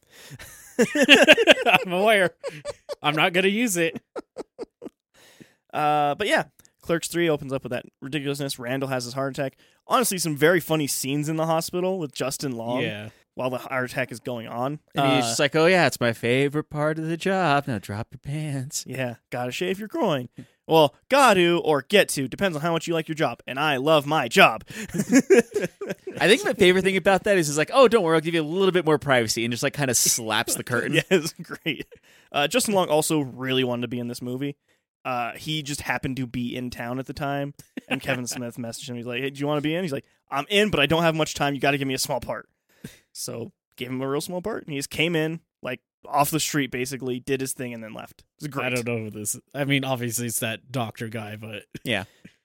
[SPEAKER 2] I'm aware. I'm not gonna use it.
[SPEAKER 1] Uh, but yeah, Clerks 3 opens up with that ridiculousness. Randall has his heart attack. Honestly, some very funny scenes in the hospital with Justin
[SPEAKER 3] Um,
[SPEAKER 1] Long
[SPEAKER 2] yeah.
[SPEAKER 1] while the heart attack is going on.
[SPEAKER 3] And he's
[SPEAKER 1] Uh,
[SPEAKER 3] just like, oh yeah, it's my favorite part of the job. Now drop your pants.
[SPEAKER 1] yeah, gotta shave your groin. Well, gotta or get to, depends on how much you like your job. And I love my
[SPEAKER 2] [LAUGHS]
[SPEAKER 1] job.
[SPEAKER 3] [LAUGHS]
[SPEAKER 1] [LAUGHS]
[SPEAKER 3] I think my favorite thing about that is he's like, oh, don't worry, I'll give you a little bit more privacy, and just like kind of slaps [LAUGHS] the curtain.
[SPEAKER 1] yeah, it's great. Uh, Justin Long also really wanted to be in this movie. Uh, he just happened to be in town at the time, and
[SPEAKER 2] [LAUGHS]
[SPEAKER 1] Kevin Smith messaged him. He's like, "Hey, do you want to be in?" He's like, "I'm in, but I don't have much time. You got to give me a small part." So gave him a real small part, and he just came in like off the street, basically did his thing, and then left. It was great.
[SPEAKER 2] I don't know who this. I mean, obviously it's that doctor guy, but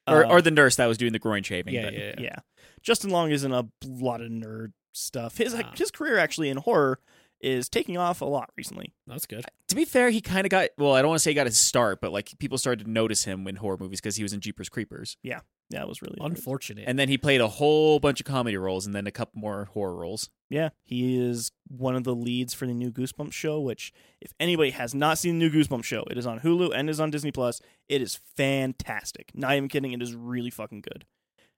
[SPEAKER 3] Or,
[SPEAKER 1] Uh,
[SPEAKER 3] or the nurse that was doing the groin shaving.
[SPEAKER 2] yeah,
[SPEAKER 3] but-
[SPEAKER 2] yeah, yeah.
[SPEAKER 1] yeah. Justin Long is in a lot of nerd stuff. His
[SPEAKER 2] Ah.
[SPEAKER 1] his career actually in horror is taking off a lot recently.
[SPEAKER 2] That's good.
[SPEAKER 3] To be fair, he kind of got well. I don't want to say he got his start, but like people started to notice him in horror movies because he was in Jeepers Creepers,
[SPEAKER 1] Yeah, it was really good.
[SPEAKER 2] Unfortunate.
[SPEAKER 3] and then he played a whole bunch of comedy roles, and then a couple more horror roles.
[SPEAKER 1] Yeah, he is one of the leads for the new Goosebumps show. Which, if anybody has not seen the new Goosebumps show, it is on Hulu and is on Disney Plus. It is fantastic. Not even kidding. It is really fucking good.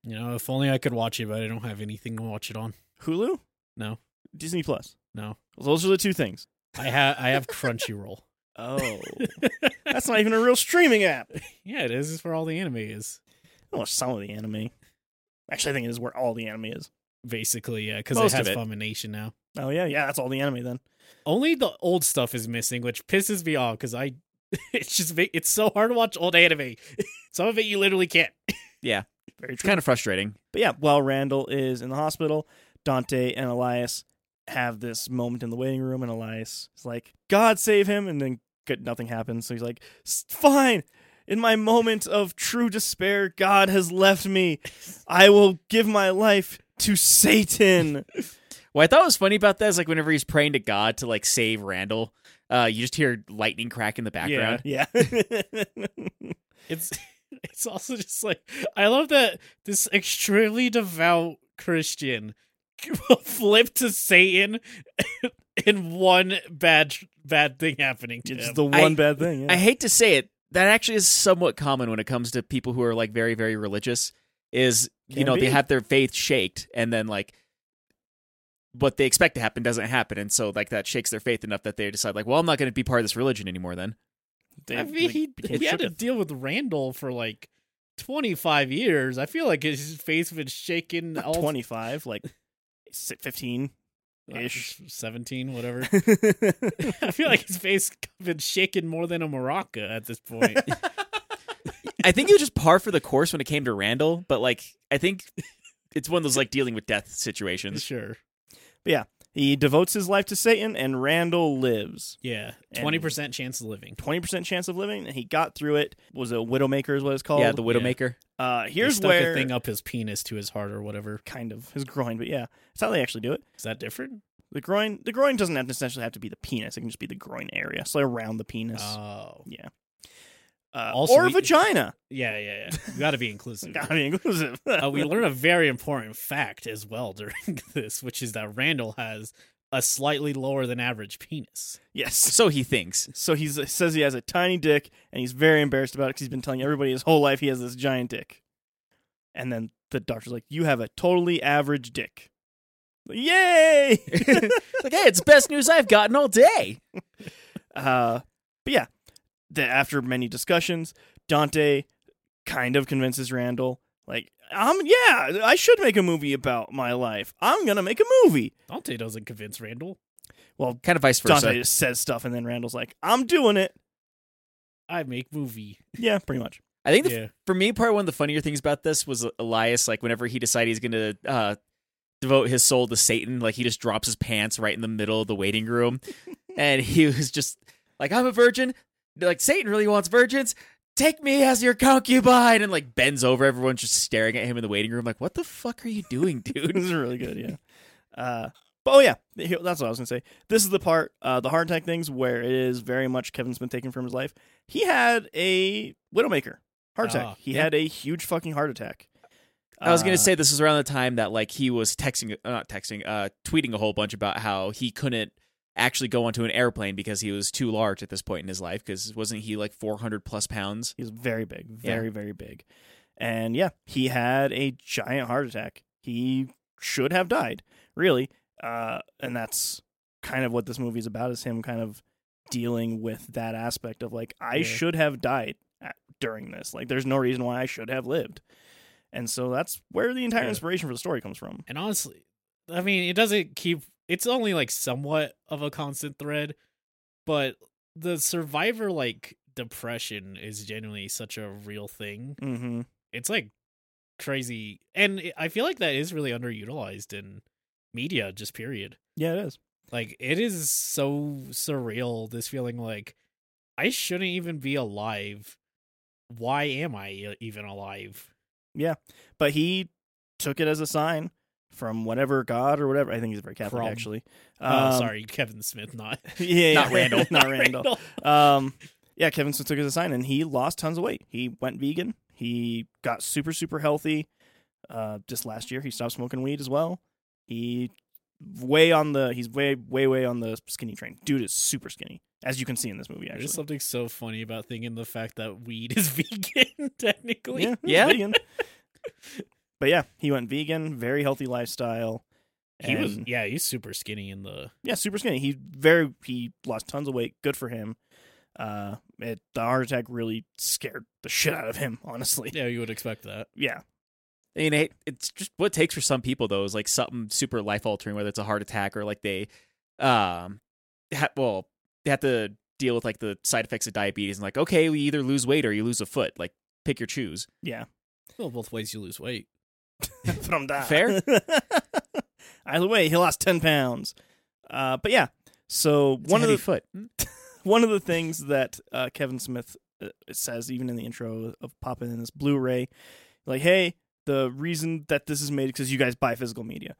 [SPEAKER 2] you know, if only I could watch it, but I don't have anything to watch it on.
[SPEAKER 1] Hulu?
[SPEAKER 2] No.
[SPEAKER 1] Disney Plus.
[SPEAKER 2] No,
[SPEAKER 1] Those are the two things.
[SPEAKER 2] I have I have Crunchyroll. [LAUGHS]
[SPEAKER 3] [LAUGHS]
[SPEAKER 1] Oh, that's not even a real streaming app.
[SPEAKER 2] Yeah, it is. It's where all the anime is.
[SPEAKER 1] Oh, some of the anime. Actually, I think it is where all the anime is.
[SPEAKER 2] Basically, yeah, because it
[SPEAKER 3] Most of
[SPEAKER 2] has
[SPEAKER 3] it.
[SPEAKER 2] Funimation now.
[SPEAKER 1] Oh yeah, yeah, that's all the anime then.
[SPEAKER 2] Only the old stuff is missing, which pisses me off because I, [LAUGHS] it's just ve- it's so hard to watch old anime. [LAUGHS] Some of it you literally can't.
[SPEAKER 1] Very
[SPEAKER 3] It's
[SPEAKER 1] true.
[SPEAKER 3] kind of frustrating.
[SPEAKER 1] But yeah, while Randall is in the hospital, Dante and Elias have this moment in the waiting room, and Elias is like, "God save him," and then good, nothing happens. So he's like, "S- "Fine." In my moment of true despair, God has left me. I will give my life to
[SPEAKER 2] [LAUGHS]
[SPEAKER 1] Satan.
[SPEAKER 3] What I thought was funny about that is like whenever he's praying to God to like save Randall, uh, you just hear lightning crack in the background.
[SPEAKER 1] Yeah. [LAUGHS] yeah.
[SPEAKER 2] It's [LAUGHS] it's also just like I love that this extremely devout Christian [LAUGHS] will flip to Satan [LAUGHS] in one bad bad thing happening to
[SPEAKER 1] It's
[SPEAKER 2] him.
[SPEAKER 1] the one
[SPEAKER 3] I-
[SPEAKER 1] bad thing. Yeah.
[SPEAKER 3] I hate to say it, that actually is somewhat common when it comes to people who are like very, very religious. Is you
[SPEAKER 1] Can
[SPEAKER 3] know
[SPEAKER 1] be.
[SPEAKER 3] they have their faith shaked, and then like what they expect to happen doesn't happen, and so like that shakes their faith enough that they decide like, well, I'm not going to be part of this religion anymore. Then
[SPEAKER 1] They-
[SPEAKER 2] I mean,
[SPEAKER 1] they
[SPEAKER 2] he,
[SPEAKER 1] became
[SPEAKER 2] he had to
[SPEAKER 1] shooketh.
[SPEAKER 2] deal with Randall for like twenty five years. I feel like his face has been shaken.
[SPEAKER 1] Not
[SPEAKER 2] all
[SPEAKER 1] 25, like s-
[SPEAKER 2] [LAUGHS]
[SPEAKER 1] 15 ish.
[SPEAKER 2] seventeen, whatever. I feel like his face has been shaken more than a maraca at
[SPEAKER 1] [LAUGHS]
[SPEAKER 2] this point.
[SPEAKER 3] I think it was just par for the course when it came to Randall, but like I think it's one of those like dealing with death situations.
[SPEAKER 2] sure,
[SPEAKER 1] [LAUGHS] he devotes his life to Satan, and Randall lives.
[SPEAKER 2] yeah,
[SPEAKER 1] And-
[SPEAKER 2] twenty percent chance of living.
[SPEAKER 1] 20% chance of living, and he got through it. Was a Widowmaker, is what it's called.
[SPEAKER 3] Yeah, the Widowmaker.
[SPEAKER 1] uh,
[SPEAKER 2] They
[SPEAKER 1] here's
[SPEAKER 2] stuck
[SPEAKER 1] where.
[SPEAKER 2] a thing up his penis to his heart or whatever.
[SPEAKER 1] Kind of his groin, but yeah, that's how they actually do it.
[SPEAKER 2] Is that different?
[SPEAKER 1] The groin, the groin doesn't have to essentially have to be the penis; it can just be the groin area, so around the penis,
[SPEAKER 2] Oh,
[SPEAKER 1] uh,
[SPEAKER 2] also
[SPEAKER 1] or
[SPEAKER 2] we-
[SPEAKER 1] vagina. [LAUGHS]
[SPEAKER 2] yeah, yeah, yeah. You got to be inclusive.
[SPEAKER 1] Gotta be inclusive.
[SPEAKER 2] uh, we learn a very important fact as well [LAUGHS] during this, which is that Randall has a slightly lower than average penis.
[SPEAKER 1] [LAUGHS] yes.
[SPEAKER 3] So he thinks.
[SPEAKER 1] So he says he has a tiny dick, and he's very embarrassed about it because he's been telling everybody his whole life he has this giant dick. And then the doctor's like, "You have a totally average dick."
[SPEAKER 2] [LAUGHS]
[SPEAKER 1] Yay! [LAUGHS]
[SPEAKER 3] It's like, hey, it's the best news I've gotten all day.
[SPEAKER 1] uh, but yeah, the, after many discussions, Dante kind of convinces Randall, like, "Um, yeah, I should make a movie about my life. I'm gonna make a movie."
[SPEAKER 2] Dante doesn't convince Randall.
[SPEAKER 1] Well,
[SPEAKER 3] Kind of vice versa.
[SPEAKER 1] Dante just says stuff, and then Randall's like, "I'm doing it."
[SPEAKER 2] I make movie.
[SPEAKER 1] Yeah, pretty much. [LAUGHS]
[SPEAKER 3] I think the
[SPEAKER 2] Yeah.
[SPEAKER 3] for me, probably one of the funnier things about this was E- Elias. Like whenever he decided he's going to uh, devote his soul to Satan, like he just drops his pants right in the middle of the waiting [LAUGHS] room, and he was just like, "I'm a virgin." They're like Satan really wants virgins. Take me as your concubine, and like bends over. Everyone's just staring at him in the waiting room, like, "What the fuck are you doing, dude?"
[SPEAKER 1] this is really good, yeah. Uh, but oh yeah, here- that's what I was gonna say. This is the part, uh, the heart attack things, where it is very much Kevin's been taken from his life. He had a widowmaker heart attack.
[SPEAKER 2] Ah,
[SPEAKER 1] he
[SPEAKER 2] yeah.
[SPEAKER 1] had a huge fucking heart attack.
[SPEAKER 3] I was
[SPEAKER 1] Uh,
[SPEAKER 3] gonna say this was around the time that like he was texting, uh, not texting, uh, tweeting a whole bunch about how he couldn't actually go onto an airplane because he was too large at this point in his life. Because wasn't he like four hundred plus pounds?
[SPEAKER 1] he was very big, very very big, and yeah, he had a giant heart attack. He should have died, really. Uh, and that's kind of what this movie is about: is him kind of dealing with that aspect of like, I
[SPEAKER 2] Yeah.
[SPEAKER 1] should have died at, during this. Like, there's no reason why I should have lived. And so that's where the entire
[SPEAKER 2] Yeah.
[SPEAKER 1] inspiration for the story comes from.
[SPEAKER 2] And honestly, I mean, it doesn't keep. It's only like somewhat of a constant thread, but the survivor like depression is genuinely such a real thing.
[SPEAKER 1] Mm-hmm.
[SPEAKER 2] It's like crazy, and it- I feel like that is really underutilized in media, just period.
[SPEAKER 1] Yeah, it is.
[SPEAKER 2] Like it is so surreal. This feeling like I shouldn't even be alive. Why am I e- even alive?
[SPEAKER 1] But he took it as a sign from whatever God or whatever. I think he's very Catholic,
[SPEAKER 2] From-
[SPEAKER 1] actually.
[SPEAKER 2] oh,
[SPEAKER 1] Um,
[SPEAKER 2] sorry, Kevin Smith, not [LAUGHS]
[SPEAKER 1] [LAUGHS] Yeah, [LAUGHS] yeah,
[SPEAKER 3] Not
[SPEAKER 1] yeah.
[SPEAKER 3] Randall.
[SPEAKER 1] [LAUGHS] not Randall. um, yeah, Kevin Smith took it as a sign, and he lost tons of weight. He went vegan. He got super, super healthy. Uh, just last year, he stopped smoking weed as well. He way on the he's way, way, way on the skinny train. Dude is super skinny, as you can see in this movie. Actually,
[SPEAKER 2] There's something so funny about thinking the fact that weed is [LAUGHS] vegan, technically.
[SPEAKER 1] yeah, he's
[SPEAKER 3] Yeah.
[SPEAKER 1] vegan. but yeah, he went vegan. Very healthy lifestyle.
[SPEAKER 2] He was
[SPEAKER 1] and-
[SPEAKER 2] yeah, he's super skinny in the
[SPEAKER 1] Yeah, super skinny. He very he lost tons of weight. Good for him. Uh, it, the heart attack really scared the shit out of him. Honestly,
[SPEAKER 2] Yeah, you would expect that.
[SPEAKER 1] yeah,
[SPEAKER 3] I mean, it, it's just what it takes for some people though is like something super life altering, whether it's a heart attack or like they, um, ha- well, they have to deal with like the side effects of diabetes and like, okay, we either lose weight or you lose a foot. Like, pick your choose.
[SPEAKER 1] yeah.
[SPEAKER 2] Well, both ways you lose weight.
[SPEAKER 1] [LAUGHS] From that,
[SPEAKER 3] Fair.
[SPEAKER 1] Either way, he lost ten pounds. Uh, but yeah, so
[SPEAKER 2] It's a
[SPEAKER 1] one of
[SPEAKER 2] heavy
[SPEAKER 1] the
[SPEAKER 2] foot.
[SPEAKER 1] one of the things that uh, Kevin Smith uh, says, even in the intro of popping in this Blu-ray, like, hey, the reason that this is made because you guys buy physical media,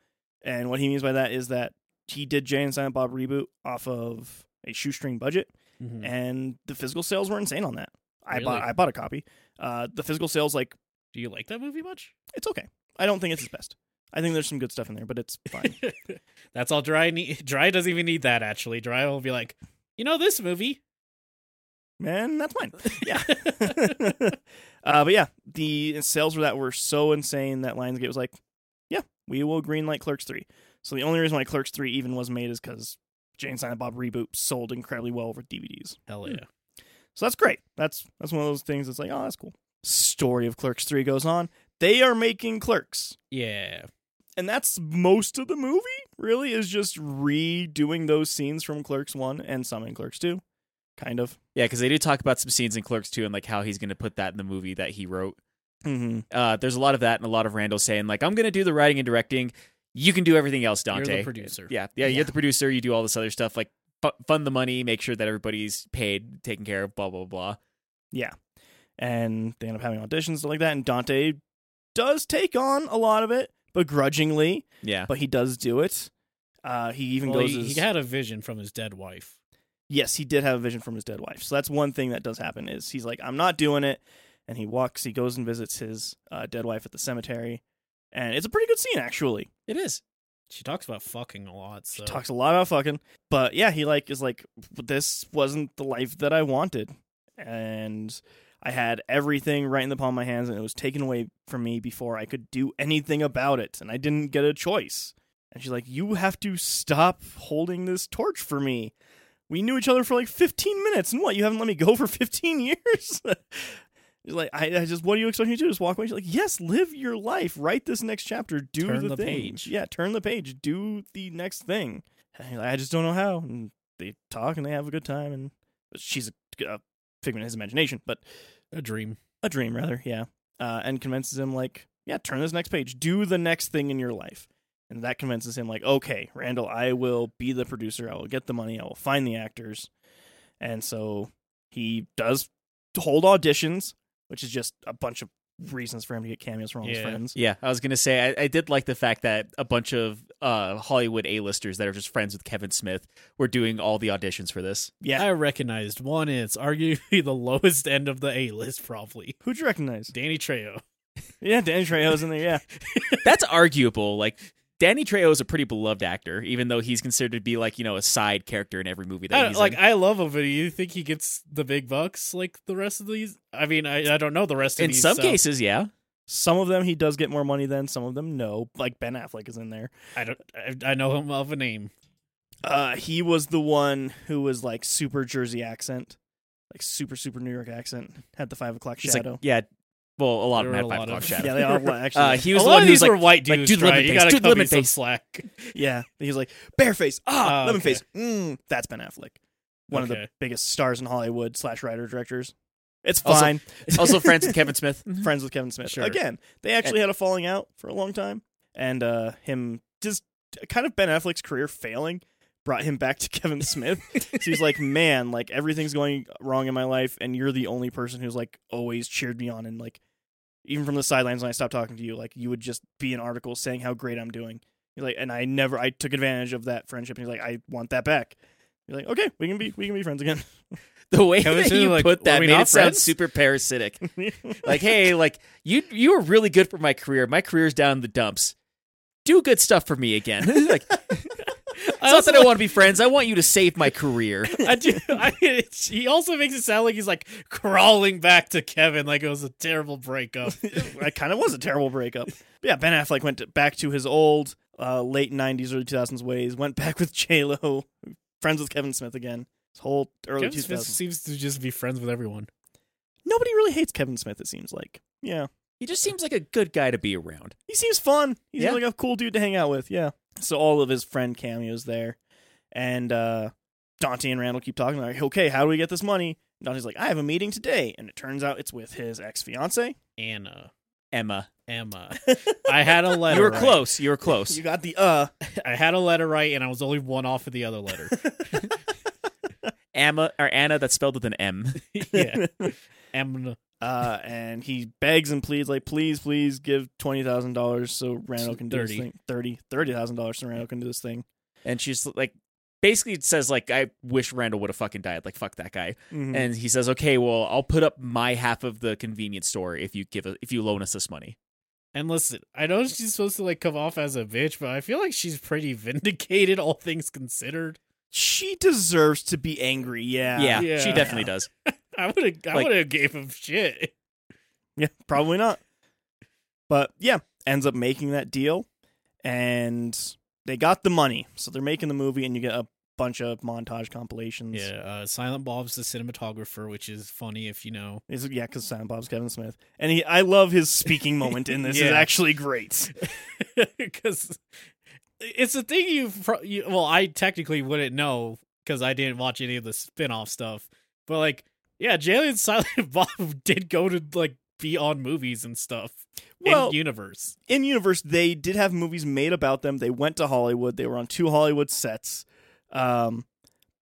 [SPEAKER 1] and what he means by that is that he did Jay and Silent Bob reboot off of a shoestring budget,
[SPEAKER 2] Mhm.
[SPEAKER 1] and the physical sales were insane on that. I bought
[SPEAKER 2] Really?
[SPEAKER 1] I bought a copy. Uh, the physical sales like
[SPEAKER 2] Do you like that movie much?
[SPEAKER 1] it's okay. I don't think it's his best. I think there's some good stuff in there, but it's fine.
[SPEAKER 2] [LAUGHS] That's all Dry need. Dry doesn't even need that actually. Dry will be like, you know, this movie.
[SPEAKER 1] Man, that's mine. Yeah. [LAUGHS] uh, but yeah, the sales for that were so insane that Lionsgate was like, yeah, we will greenlight Clerks 3. So the only reason why Clerks 3 even was made is because Jane Silent Bob reboot sold incredibly well over DVDs.
[SPEAKER 2] Hell
[SPEAKER 3] Hmm.
[SPEAKER 2] yeah.
[SPEAKER 1] So that's great. That's that's one of those things that's like, oh, that's cool. Story of Clerks 3 goes on. They are making Clerks.
[SPEAKER 2] Yeah.
[SPEAKER 1] And that's most of the movie, really, is just redoing those scenes from Clerks 1 and some in Clerks 2. Kind of.
[SPEAKER 3] Yeah, because they do talk about some scenes in Clerks too, and like how he's going to put that in the movie that he wrote.
[SPEAKER 1] Mm-hmm.
[SPEAKER 3] Uh, there's a lot of that, and a lot of Randall saying like, "I'm going to do the writing and directing. You can do everything else,
[SPEAKER 2] You're
[SPEAKER 3] Dante.
[SPEAKER 2] the producer.
[SPEAKER 3] Yeah, yeah,
[SPEAKER 1] Yeah.
[SPEAKER 3] you're the producer. You do all this other stuff, like fu- fund the money, make sure that everybody's paid, taken care of, blah blah blah.
[SPEAKER 1] and they end up having auditions stuff like that. And Dante does take on a lot of it begrudgingly,
[SPEAKER 3] Yeah,
[SPEAKER 1] but he does do it. Uh, he even
[SPEAKER 2] Well,
[SPEAKER 1] goes.
[SPEAKER 2] he,
[SPEAKER 1] as,
[SPEAKER 2] he had a vision from his dead wife.
[SPEAKER 1] yes, he did have a vision from his dead wife. So that's one thing that does happen is he's like, I'm not doing it, and he walks. He goes and visits his uh, dead wife at the cemetery, and it's a pretty good scene actually.
[SPEAKER 3] it is.
[SPEAKER 2] She talks about fucking a lot. So.
[SPEAKER 1] She talks a lot about fucking, but yeah, he like is like, this wasn't the life that I wanted, and I had everything right in the palm of my hands, and it was taken away from me before I could do anything about it, and I didn't get a choice. And she's like, you have to stop holding this torch for me. We knew each other for like 15 minutes, and what? You haven't let me go for 15 [LAUGHS] years. He's like, I, I just, what do you expect me to do? Just walk away? She's like, yes, live your life. Write this next chapter. Do
[SPEAKER 2] Turn the
[SPEAKER 1] thing.
[SPEAKER 2] page.
[SPEAKER 1] Yeah, turn the page. Do the next thing. And he's like, I just don't know how. And they talk and they have a good time. And she's a, a figment of his imagination, but
[SPEAKER 2] a dream.
[SPEAKER 1] a dream rather. Yeah. Uh, and convinces him like, yeah, turn this next page. Do the next thing in your life. And that convinces him like, okay, Randall, I will be the producer. I will get the money. I will find the actors. And so he does hold auditions, which is just a bunch of reasons for him to get cameos from all his
[SPEAKER 2] Yeah.
[SPEAKER 1] friends.
[SPEAKER 3] Yeah, I was gonna say I, I did like the fact that a bunch of uh, Hollywood A-listers that are just friends with Kevin Smith were doing all the auditions
[SPEAKER 2] [LAUGHS]
[SPEAKER 3] for this.
[SPEAKER 1] Yeah.
[SPEAKER 2] I recognized one. and It's arguably [LAUGHS] the lowest end of the A list, probably.
[SPEAKER 1] Who'd you recognize?
[SPEAKER 2] Danny Trejo.
[SPEAKER 1] Yeah, Danny Trejo's in there. Yeah.
[SPEAKER 3] That's arguable. Like Danny Trejo is a pretty beloved actor, even though he's considered to be like you know a side character in every movie
[SPEAKER 2] I
[SPEAKER 3] that
[SPEAKER 2] don't-
[SPEAKER 3] he's
[SPEAKER 2] like
[SPEAKER 3] in.
[SPEAKER 2] I love him, but do you think he gets the big bucks like the rest of these? I mean, I, I don't know the rest of
[SPEAKER 3] in
[SPEAKER 2] these.
[SPEAKER 3] some
[SPEAKER 2] so
[SPEAKER 3] cases, yeah.
[SPEAKER 1] Some of them he does get more money than, some of them no. Like Ben Affleck is in there.
[SPEAKER 2] I don't. I, I know him of a name.
[SPEAKER 1] Uh, he was the one who was like super Jersey accent, like super super New York accent. Had the five o'clock
[SPEAKER 3] He's like,
[SPEAKER 1] shadow.
[SPEAKER 3] yeah. Well, a lot
[SPEAKER 2] There were
[SPEAKER 3] of them
[SPEAKER 2] a
[SPEAKER 3] had five
[SPEAKER 2] lot
[SPEAKER 3] o'clock
[SPEAKER 2] of- [LAUGHS]
[SPEAKER 3] shadow.
[SPEAKER 1] yeah, they
[SPEAKER 3] [LAUGHS]
[SPEAKER 1] all well, actually.
[SPEAKER 3] Uh, he was
[SPEAKER 2] a
[SPEAKER 3] the
[SPEAKER 2] lot
[SPEAKER 3] one
[SPEAKER 2] of
[SPEAKER 3] who was
[SPEAKER 2] these
[SPEAKER 3] like,
[SPEAKER 2] were white
[SPEAKER 3] like,
[SPEAKER 2] dudes.
[SPEAKER 3] dude, lemon
[SPEAKER 2] right?
[SPEAKER 3] face,
[SPEAKER 2] you gotta
[SPEAKER 3] dude,
[SPEAKER 2] cut
[SPEAKER 3] lemon
[SPEAKER 2] me some
[SPEAKER 3] face.
[SPEAKER 2] slack.
[SPEAKER 1] yeah, he's like bareface. Ah,
[SPEAKER 2] Oh,
[SPEAKER 1] lemon
[SPEAKER 2] okay.
[SPEAKER 1] face. Mm, that's Ben Affleck, one of the
[SPEAKER 2] Okay.
[SPEAKER 1] biggest stars in Hollywood slash writer directors. It's
[SPEAKER 3] Also-
[SPEAKER 1] fine. [LAUGHS]
[SPEAKER 3] [LAUGHS] also friends with
[SPEAKER 2] [LAUGHS]
[SPEAKER 3] Kevin Smith.
[SPEAKER 1] friends with Kevin Smith.
[SPEAKER 2] Sure.
[SPEAKER 1] Again, they actually had a falling out for a long time, and uh, him just kind of Ben Affleck's career failing brought him back to [LAUGHS] Kevin Smith. so he's like, man, like everything's going wrong in my life, and you're the only person who's like always cheered me on, and like even from the sidelines when I stopped talking to you, like you would just be an article saying how great I'm doing. You're like, and I never, I took advantage of that friendship, and he's like, I want that back. You're like, okay, we can be, we can be friends again. [LAUGHS]
[SPEAKER 3] The way
[SPEAKER 2] Kevin
[SPEAKER 3] that
[SPEAKER 2] Smith,
[SPEAKER 3] you
[SPEAKER 2] like,
[SPEAKER 3] put that
[SPEAKER 2] were we
[SPEAKER 3] made it
[SPEAKER 2] not
[SPEAKER 3] sound
[SPEAKER 2] friends?
[SPEAKER 3] super parasitic. like, hey, [LAUGHS] like you you were really good for my career. My career's down in the dumps. Do good stuff for
[SPEAKER 2] [LAUGHS]
[SPEAKER 3] me again. like, it's not
[SPEAKER 2] also
[SPEAKER 3] that I want to be friends. I want you to save
[SPEAKER 2] [LAUGHS]
[SPEAKER 3] my career.
[SPEAKER 2] [LAUGHS] I do. I, it's, he also makes it sound like he's like crawling back to Kevin, like it was a terrible [LAUGHS] breakup.
[SPEAKER 1] [LAUGHS] it kind of was a terrible breakup. But yeah, Ben Affleck went to, back to his old uh, late '90s, early 2000s ways. Went back with J Lo, [LAUGHS] friends with Kevin Smith again. His whole early
[SPEAKER 2] Kevin
[SPEAKER 1] 2000s.
[SPEAKER 2] Smith seems to just be friends with everyone.
[SPEAKER 1] Nobody really hates Kevin Smith. It seems like. Yeah,
[SPEAKER 3] He just seems like a good guy to be around.
[SPEAKER 1] he seems fun. He's
[SPEAKER 3] Yeah.
[SPEAKER 1] like a cool dude to hang out with. Yeah. So all of his friend cameos there, and uh, Dante and Randall keep talking. Like, okay, how do we get this money? And Dante's like, I have a meeting today, and it turns out it's with his ex fiance.
[SPEAKER 2] Anna,
[SPEAKER 3] Emma.
[SPEAKER 2] [LAUGHS] Emma. I had a letter.
[SPEAKER 3] You were
[SPEAKER 2] right. [LAUGHS]
[SPEAKER 3] close. You were
[SPEAKER 1] [LAUGHS]
[SPEAKER 3] close.
[SPEAKER 1] You got the uh.
[SPEAKER 2] I had a letter right, and I was only one off of the other [LAUGHS] letter.
[SPEAKER 3] Emma or Anna that's spelled with an
[SPEAKER 2] [LAUGHS]
[SPEAKER 3] M.
[SPEAKER 1] [LAUGHS]
[SPEAKER 2] yeah, Emma.
[SPEAKER 1] Uh, and he begs and pleads, like, please, please give twenty thousand dollars so Randall can do this
[SPEAKER 2] 30.
[SPEAKER 1] thing. Thirty, thirty thousand dollars so Randall can do this thing.
[SPEAKER 3] And she's like basically it says like I wish Randall would have fucking died. Like fuck that guy.
[SPEAKER 2] Mm-hmm.
[SPEAKER 1] Mhm.
[SPEAKER 3] And he says, "Okay, well, I'll put up my half of the convenience store if you give a, if you loan us this money."
[SPEAKER 2] And listen, I know she's supposed to like come off as a bitch, but I feel like she's pretty vindicated, all things considered.
[SPEAKER 1] she deserves to be angry. Yeah,
[SPEAKER 3] yeah,
[SPEAKER 2] Yeah.
[SPEAKER 3] she definitely does.
[SPEAKER 2] I would have, I
[SPEAKER 3] Like-
[SPEAKER 2] would have gave him shit.
[SPEAKER 1] [LAUGHS] Yeah, probably not. But yeah, ends up making that deal, and they got the money, so they're making the movie, and you get a bunch of montage compilations.
[SPEAKER 2] Yeah, uh, Silent Bob's the cinematographer, which is funny if you know. [LAUGHS]
[SPEAKER 1] Is yeah, because Silent Bob's Kevin Smith, and he. I love his speaking moment in this. is
[SPEAKER 2] [LAUGHS] Yeah.
[SPEAKER 1] actually great.
[SPEAKER 2] because it's a thing you, pro- you well i technically wouldn't know because i didn't watch any of the spin-off stuff but like yeah jalen and [LAUGHS] silent bob did go to like be on movies and stuff
[SPEAKER 1] Well,
[SPEAKER 2] in universe
[SPEAKER 1] in universe, they did have movies made about them. They went to Hollywood. They were on two Hollywood sets. Um,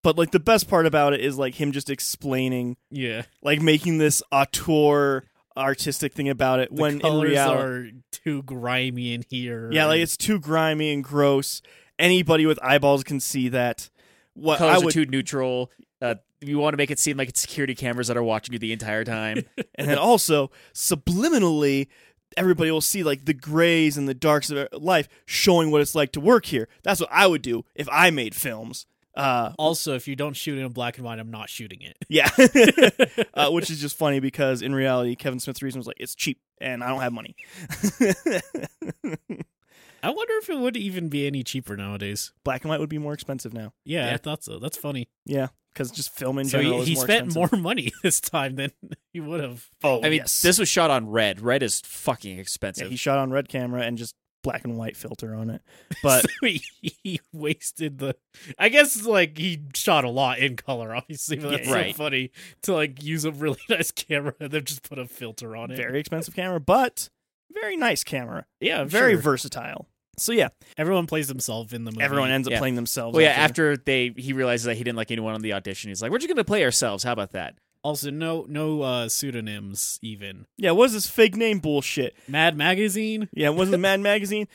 [SPEAKER 1] but like the best part about it is like him just explaining,
[SPEAKER 2] yeah
[SPEAKER 1] like making this auteur artistic thing about it.
[SPEAKER 2] the
[SPEAKER 1] when in
[SPEAKER 2] colors
[SPEAKER 1] reality,
[SPEAKER 2] are too grimy in here
[SPEAKER 1] Yeah, like
[SPEAKER 2] and-
[SPEAKER 1] it's too grimy and gross. Anybody with eyeballs can see that. What
[SPEAKER 3] Colors
[SPEAKER 1] I
[SPEAKER 3] are
[SPEAKER 1] would,
[SPEAKER 3] too neutral. Uh, you want to make it seem like it's security cameras that are watching you the
[SPEAKER 1] [LAUGHS]
[SPEAKER 3] entire time.
[SPEAKER 1] and then also subliminally, everybody will see like the grays and the darks of life, showing what it's like to work here. That's what I would do if I made films. Uh,
[SPEAKER 2] also if you don't shoot it in black and white i'm not shooting it
[SPEAKER 1] yeah, [LAUGHS] uh, which is just funny because in reality, Kevin Smith's reason was like it's cheap and I don't have money. [LAUGHS]
[SPEAKER 2] i wonder if it would even be any cheaper nowadays
[SPEAKER 1] Black and white would be more expensive now
[SPEAKER 2] yeah,
[SPEAKER 3] Yeah.
[SPEAKER 2] i thought so that's funny
[SPEAKER 1] because just film in
[SPEAKER 2] so
[SPEAKER 1] general
[SPEAKER 2] he,
[SPEAKER 1] is
[SPEAKER 2] he
[SPEAKER 1] more
[SPEAKER 2] spent
[SPEAKER 1] expensive.
[SPEAKER 2] more [LAUGHS] money this time than he would have
[SPEAKER 1] Oh,
[SPEAKER 3] I mean,
[SPEAKER 1] yes.
[SPEAKER 3] this was shot on red. Red is fucking
[SPEAKER 1] Yeah,
[SPEAKER 3] expensive.
[SPEAKER 1] he shot on red camera and just black and white filter on
[SPEAKER 2] [LAUGHS]
[SPEAKER 1] it, but.
[SPEAKER 2] So he, he wasted the. I guess like he shot a lot in color, obviously, but that's
[SPEAKER 1] Yeah,
[SPEAKER 2] so
[SPEAKER 3] right.
[SPEAKER 2] funny to like use a really [LAUGHS] nice camera and then just put a filter on it.
[SPEAKER 1] Very expensive camera, but very nice camera.
[SPEAKER 2] yeah,
[SPEAKER 1] very
[SPEAKER 2] sure.
[SPEAKER 1] versatile. So yeah,
[SPEAKER 2] Everyone plays themselves in the movie.
[SPEAKER 1] everyone ends up
[SPEAKER 3] Yeah.
[SPEAKER 1] playing themselves.
[SPEAKER 3] well, yeah. After they, he realizes that he didn't like anyone on the audition. He's like, "We're just gonna play ourselves. How about that?"
[SPEAKER 2] Also, no no uh pseudonyms even.
[SPEAKER 1] yeah, what is this fake name bullshit?
[SPEAKER 2] Mad Magazine. [LAUGHS]
[SPEAKER 1] Yeah, was it Mad Magazine?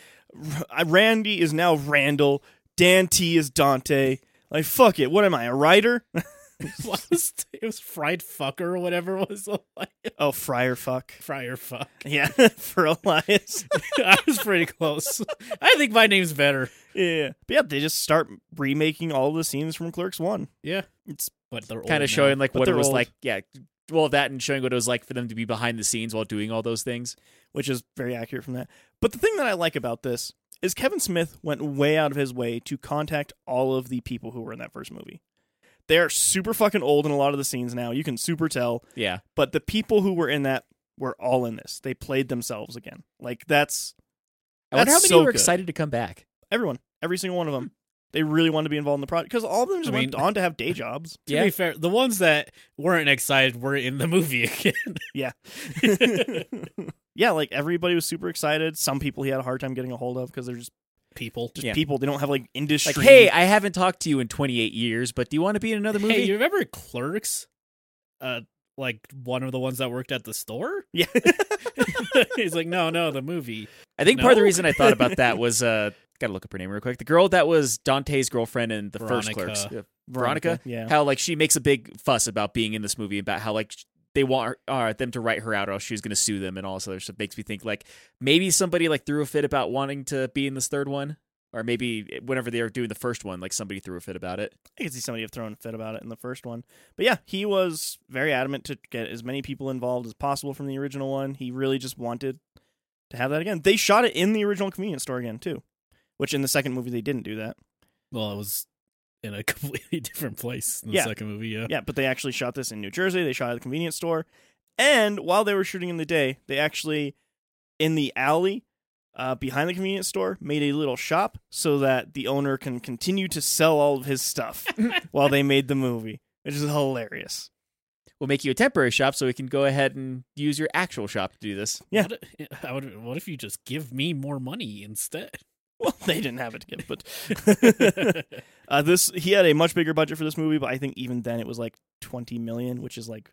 [SPEAKER 1] R- Randy is now Randall. Dan T is Dante. Like fuck it. What am I? A writer? [LAUGHS]
[SPEAKER 2] What was it was fried fucker or whatever it was [LAUGHS] like
[SPEAKER 1] oh, Friar fuck.
[SPEAKER 2] fryer fuck.
[SPEAKER 1] Yeah, [LAUGHS] for Elias. [LAUGHS]
[SPEAKER 2] I was pretty close. [LAUGHS] I think my name's better.
[SPEAKER 1] yeah, but yeah, they just start remaking all the scenes from Clerks One.
[SPEAKER 2] Yeah,
[SPEAKER 1] It's
[SPEAKER 2] but they're old
[SPEAKER 3] Kind
[SPEAKER 2] now.
[SPEAKER 3] of showing like
[SPEAKER 1] But
[SPEAKER 3] what it
[SPEAKER 1] they're
[SPEAKER 3] was
[SPEAKER 1] old.
[SPEAKER 3] like. Yeah. Well, that and showing what it was like for them to be behind the scenes while doing all those things.
[SPEAKER 1] which is very accurate from that. But the thing that I like about this is Kevin Smith went way out of his way to contact all of the people who were in that first movie. They're super fucking old in a lot of the scenes now. You can super tell.
[SPEAKER 3] Yeah.
[SPEAKER 1] But the people who were in that were all in this. They played themselves again. Like that's
[SPEAKER 3] I wonder how
[SPEAKER 1] That's
[SPEAKER 3] many
[SPEAKER 1] so
[SPEAKER 3] were
[SPEAKER 1] good.
[SPEAKER 3] excited to come back.
[SPEAKER 1] everyone, every single one of them. They really wanted to be involved in the project because all of them just
[SPEAKER 2] I
[SPEAKER 1] went
[SPEAKER 2] mean-
[SPEAKER 1] on to have day jobs. [LAUGHS]
[SPEAKER 2] To be fair, the ones that weren't excited were in the [LAUGHS] movie again.
[SPEAKER 1] yeah, like everybody was super excited. Some people he had a hard time getting a hold of because they're just
[SPEAKER 2] People.
[SPEAKER 1] just
[SPEAKER 2] [LAUGHS]
[SPEAKER 3] Yeah.
[SPEAKER 1] people. They don't have like industry.
[SPEAKER 3] Like, hey, I haven't talked to you in 28 years, but do you want to be in another movie?
[SPEAKER 2] Hey, you remember Clerks? Uh, like one of the ones that worked at the store.
[SPEAKER 1] [LAUGHS]
[SPEAKER 2] [LAUGHS]
[SPEAKER 1] yeah.
[SPEAKER 2] He's like, no, no, the movie.
[SPEAKER 3] I think part of the
[SPEAKER 2] No.
[SPEAKER 3] reason I thought
[SPEAKER 2] [LAUGHS]
[SPEAKER 3] about that was uh gotta look up her name real quick. The girl that was Dante's girlfriend in the first
[SPEAKER 2] Veronica.
[SPEAKER 3] clerks. uh, Veronica.
[SPEAKER 1] [LAUGHS] Yeah.
[SPEAKER 3] How like she makes a big fuss about being in this movie about how like sh- they want her, uh, them to write her out or else she's gonna sue them and all this other stuff makes me think like maybe somebody like threw a fit about wanting to be in this third one. Or maybe whenever they were doing the first one, like somebody threw a fit about it.
[SPEAKER 1] I could see somebody have thrown a fit about it in the first one. But yeah, he was very adamant to get as many people involved as possible from the original one. He really just wanted to have that again. They shot it in the original convenience store again, too, which in the second movie they didn't do that.
[SPEAKER 2] Well, it was in a [LAUGHS] completely different place in the
[SPEAKER 1] Yeah.
[SPEAKER 2] second movie. Yeah.
[SPEAKER 1] Yeah, but they actually shot this in New Jersey. They shot it at the convenience store. And while they were shooting in the day, they actually, in the alley uh, behind the convenience store, made a little shop so that the owner can continue to sell all of his stuff while they made the movie, which is hilarious.
[SPEAKER 3] we'll make you a temporary shop so we can go ahead and use your actual shop to do this.
[SPEAKER 1] Yeah.
[SPEAKER 2] What, if- I would, what if you just give me more money [LAUGHS] instead?
[SPEAKER 1] Well, they didn't have it to give, but [LAUGHS] uh, this he had a much bigger budget for this movie. But I think even then it was like twenty million, which is like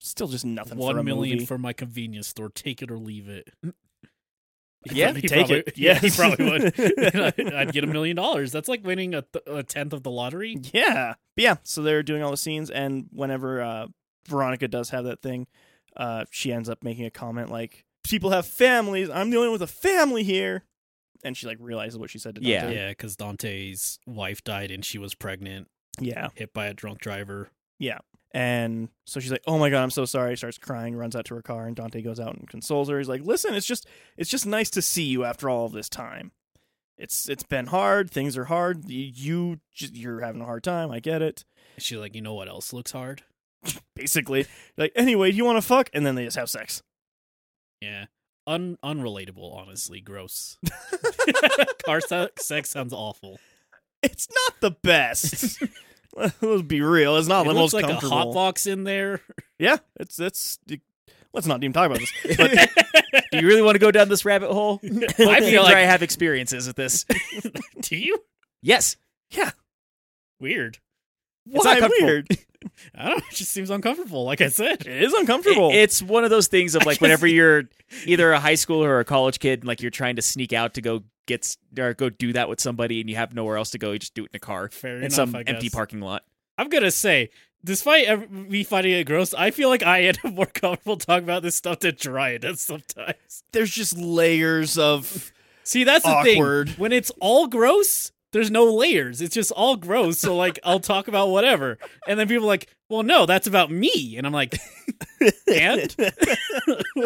[SPEAKER 1] still just nothing.
[SPEAKER 2] One
[SPEAKER 1] for a
[SPEAKER 2] million
[SPEAKER 1] movie.
[SPEAKER 2] for [LAUGHS] my convenience store. Take it or leave it. [LAUGHS]
[SPEAKER 1] Yeah,
[SPEAKER 2] he
[SPEAKER 1] take
[SPEAKER 2] probably,
[SPEAKER 1] it.
[SPEAKER 2] Mm, [LAUGHS] Yeah, he
[SPEAKER 1] Yes.
[SPEAKER 2] probably
[SPEAKER 1] [LAUGHS]
[SPEAKER 2] would. [LAUGHS] I'd get a million dollars. That's like winning a, th- a tenth of the lottery.
[SPEAKER 1] Yeah. But yeah, so they're doing all the scenes and whenever uh Veronica does have that thing, uh she ends up making a comment like people have families, I'm the only one with a family here. And she like realizes what she said to
[SPEAKER 3] Yeah.
[SPEAKER 1] Dante.
[SPEAKER 2] Yeah, because Dante's wife died and she was pregnant,
[SPEAKER 1] Yeah.
[SPEAKER 2] hit by a drunk driver.
[SPEAKER 1] And so she's like, "Oh my god, I'm so sorry." Starts crying, runs out to her car, and Dante goes out and consoles her. He's like, "Listen, it's just it's just nice to see you after all of this time. It's it's been hard. Things are hard. You, you just, you're having a hard time. I get it.
[SPEAKER 2] And she's like, you know what else looks hard?
[SPEAKER 1] Basically, like anyway, do you want to fuck?" And then they just have sex. [LAUGHS]
[SPEAKER 2] Yeah. Un- unrelatable, honestly. Gross. Car se- sex sounds awful.
[SPEAKER 1] It's not the
[SPEAKER 2] [LAUGHS]
[SPEAKER 1] best. let's be real. It's not
[SPEAKER 2] it
[SPEAKER 1] the
[SPEAKER 2] looks
[SPEAKER 1] most
[SPEAKER 2] like a
[SPEAKER 1] Oh, comfortable.
[SPEAKER 2] hot box in there. [LAUGHS]
[SPEAKER 1] Yeah, it's it's. Let's not even talk about this.
[SPEAKER 3] But do you really want to go down this rabbit
[SPEAKER 2] [LAUGHS]
[SPEAKER 3] hole? I
[SPEAKER 2] feel
[SPEAKER 3] feel
[SPEAKER 2] like-
[SPEAKER 3] I have experiences with this.
[SPEAKER 2] Do you?
[SPEAKER 3] Yes.
[SPEAKER 2] Weird.
[SPEAKER 3] It's
[SPEAKER 1] Why
[SPEAKER 3] not comfortable.
[SPEAKER 1] weird?
[SPEAKER 2] [LAUGHS] I don't know. It just seems uncomfortable, like I said.
[SPEAKER 1] It is
[SPEAKER 3] It-
[SPEAKER 1] uncomfortable.
[SPEAKER 3] it's one of those things of
[SPEAKER 2] I
[SPEAKER 3] like
[SPEAKER 2] guess-
[SPEAKER 3] whenever you're either a high schooler or a college kid, and like you're trying to sneak out to go get s- or go do that with somebody, and you have nowhere else to go, you just do it in a car
[SPEAKER 2] Fair
[SPEAKER 3] in
[SPEAKER 2] enough.
[SPEAKER 3] some
[SPEAKER 2] I guess.
[SPEAKER 3] empty
[SPEAKER 2] [LAUGHS]
[SPEAKER 3] parking lot.
[SPEAKER 2] I'm gonna say, despite ev- me finding it gross, I feel like I end up [LAUGHS] more comfortable talking about this stuff to Dry does sometimes.
[SPEAKER 1] There's just layers of.
[SPEAKER 2] See, that's the
[SPEAKER 1] Awkward.
[SPEAKER 2] thing. When it's all gross, there's no layers. It's just all gross. So like, I'll talk about whatever, and then people are like, "Well, no, that's about me," and I'm like, "And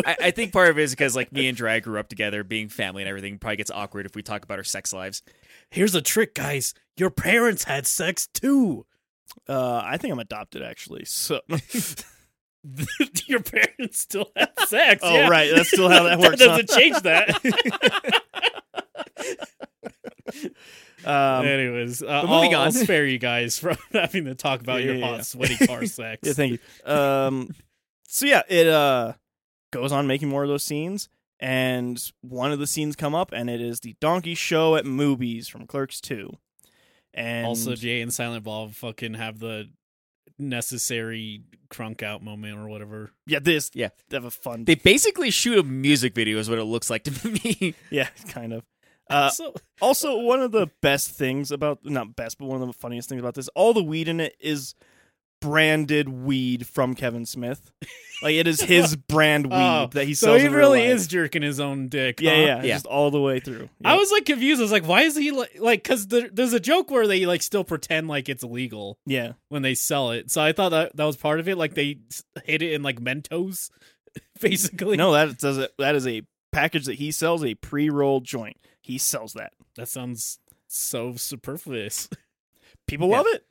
[SPEAKER 3] I, I think part of it is because like me and Dry grew up together, being family and everything. Probably gets awkward if we talk about our sex lives.
[SPEAKER 2] here's a trick, guys. Your parents had sex too.
[SPEAKER 1] Uh, I think I'm adopted actually. So.
[SPEAKER 2] [LAUGHS]
[SPEAKER 1] [LAUGHS]
[SPEAKER 2] Your parents still had sex.
[SPEAKER 1] oh
[SPEAKER 2] yeah.
[SPEAKER 1] right, that's still how
[SPEAKER 2] [LAUGHS]
[SPEAKER 1] that works. huh?
[SPEAKER 2] doesn't change that. [LAUGHS]
[SPEAKER 1] Um,
[SPEAKER 2] Anyways, uh,
[SPEAKER 3] but moving
[SPEAKER 2] I'll, I'll
[SPEAKER 3] on.
[SPEAKER 2] spare [LAUGHS] you guys from having to talk about
[SPEAKER 1] Yeah,
[SPEAKER 2] your
[SPEAKER 1] yeah,
[SPEAKER 2] hot,
[SPEAKER 1] yeah.
[SPEAKER 2] sweaty [LAUGHS] car sex.
[SPEAKER 1] yeah, thank you. Um, so yeah, it uh goes on making more of those scenes, and one of the scenes come up, and it is the donkey show at movies from Clerks Two. And
[SPEAKER 2] also, Jay and Silent Bob fucking have the necessary crunk out moment or whatever.
[SPEAKER 1] Yeah, this.
[SPEAKER 3] Yeah.
[SPEAKER 1] they have a fun.
[SPEAKER 3] They basically shoot a music video, is what it looks like to [LAUGHS] me.
[SPEAKER 1] yeah, [LAUGHS] kind of. Uh,
[SPEAKER 2] so,
[SPEAKER 1] also, one of the best things about not best, but one of the funniest things about this, all the weed in it is branded weed from Kevin Smith. Like it is
[SPEAKER 2] [LAUGHS]
[SPEAKER 1] his brand weed
[SPEAKER 2] Oh,
[SPEAKER 1] that he
[SPEAKER 2] so
[SPEAKER 1] sells.
[SPEAKER 2] he
[SPEAKER 1] in real
[SPEAKER 2] really
[SPEAKER 1] life.
[SPEAKER 2] is jerking his own dick.
[SPEAKER 1] Yeah,
[SPEAKER 2] huh?
[SPEAKER 1] yeah,
[SPEAKER 3] Yeah.
[SPEAKER 1] just all the way through.
[SPEAKER 2] I
[SPEAKER 1] Yep.
[SPEAKER 2] was like confused. I was like, why is he like, like, because there, there's a joke where they like still pretend like it's illegal
[SPEAKER 1] yeah.
[SPEAKER 2] when they sell it. So I thought that that was part of it. Like they s- hid it in like Mentos, [LAUGHS] basically.
[SPEAKER 1] No, that does it. That is a package that he sells a pre-rolled joint. He sells that.
[SPEAKER 2] That sounds so superfluous. [LAUGHS]
[SPEAKER 1] People
[SPEAKER 3] Yeah.
[SPEAKER 1] love it.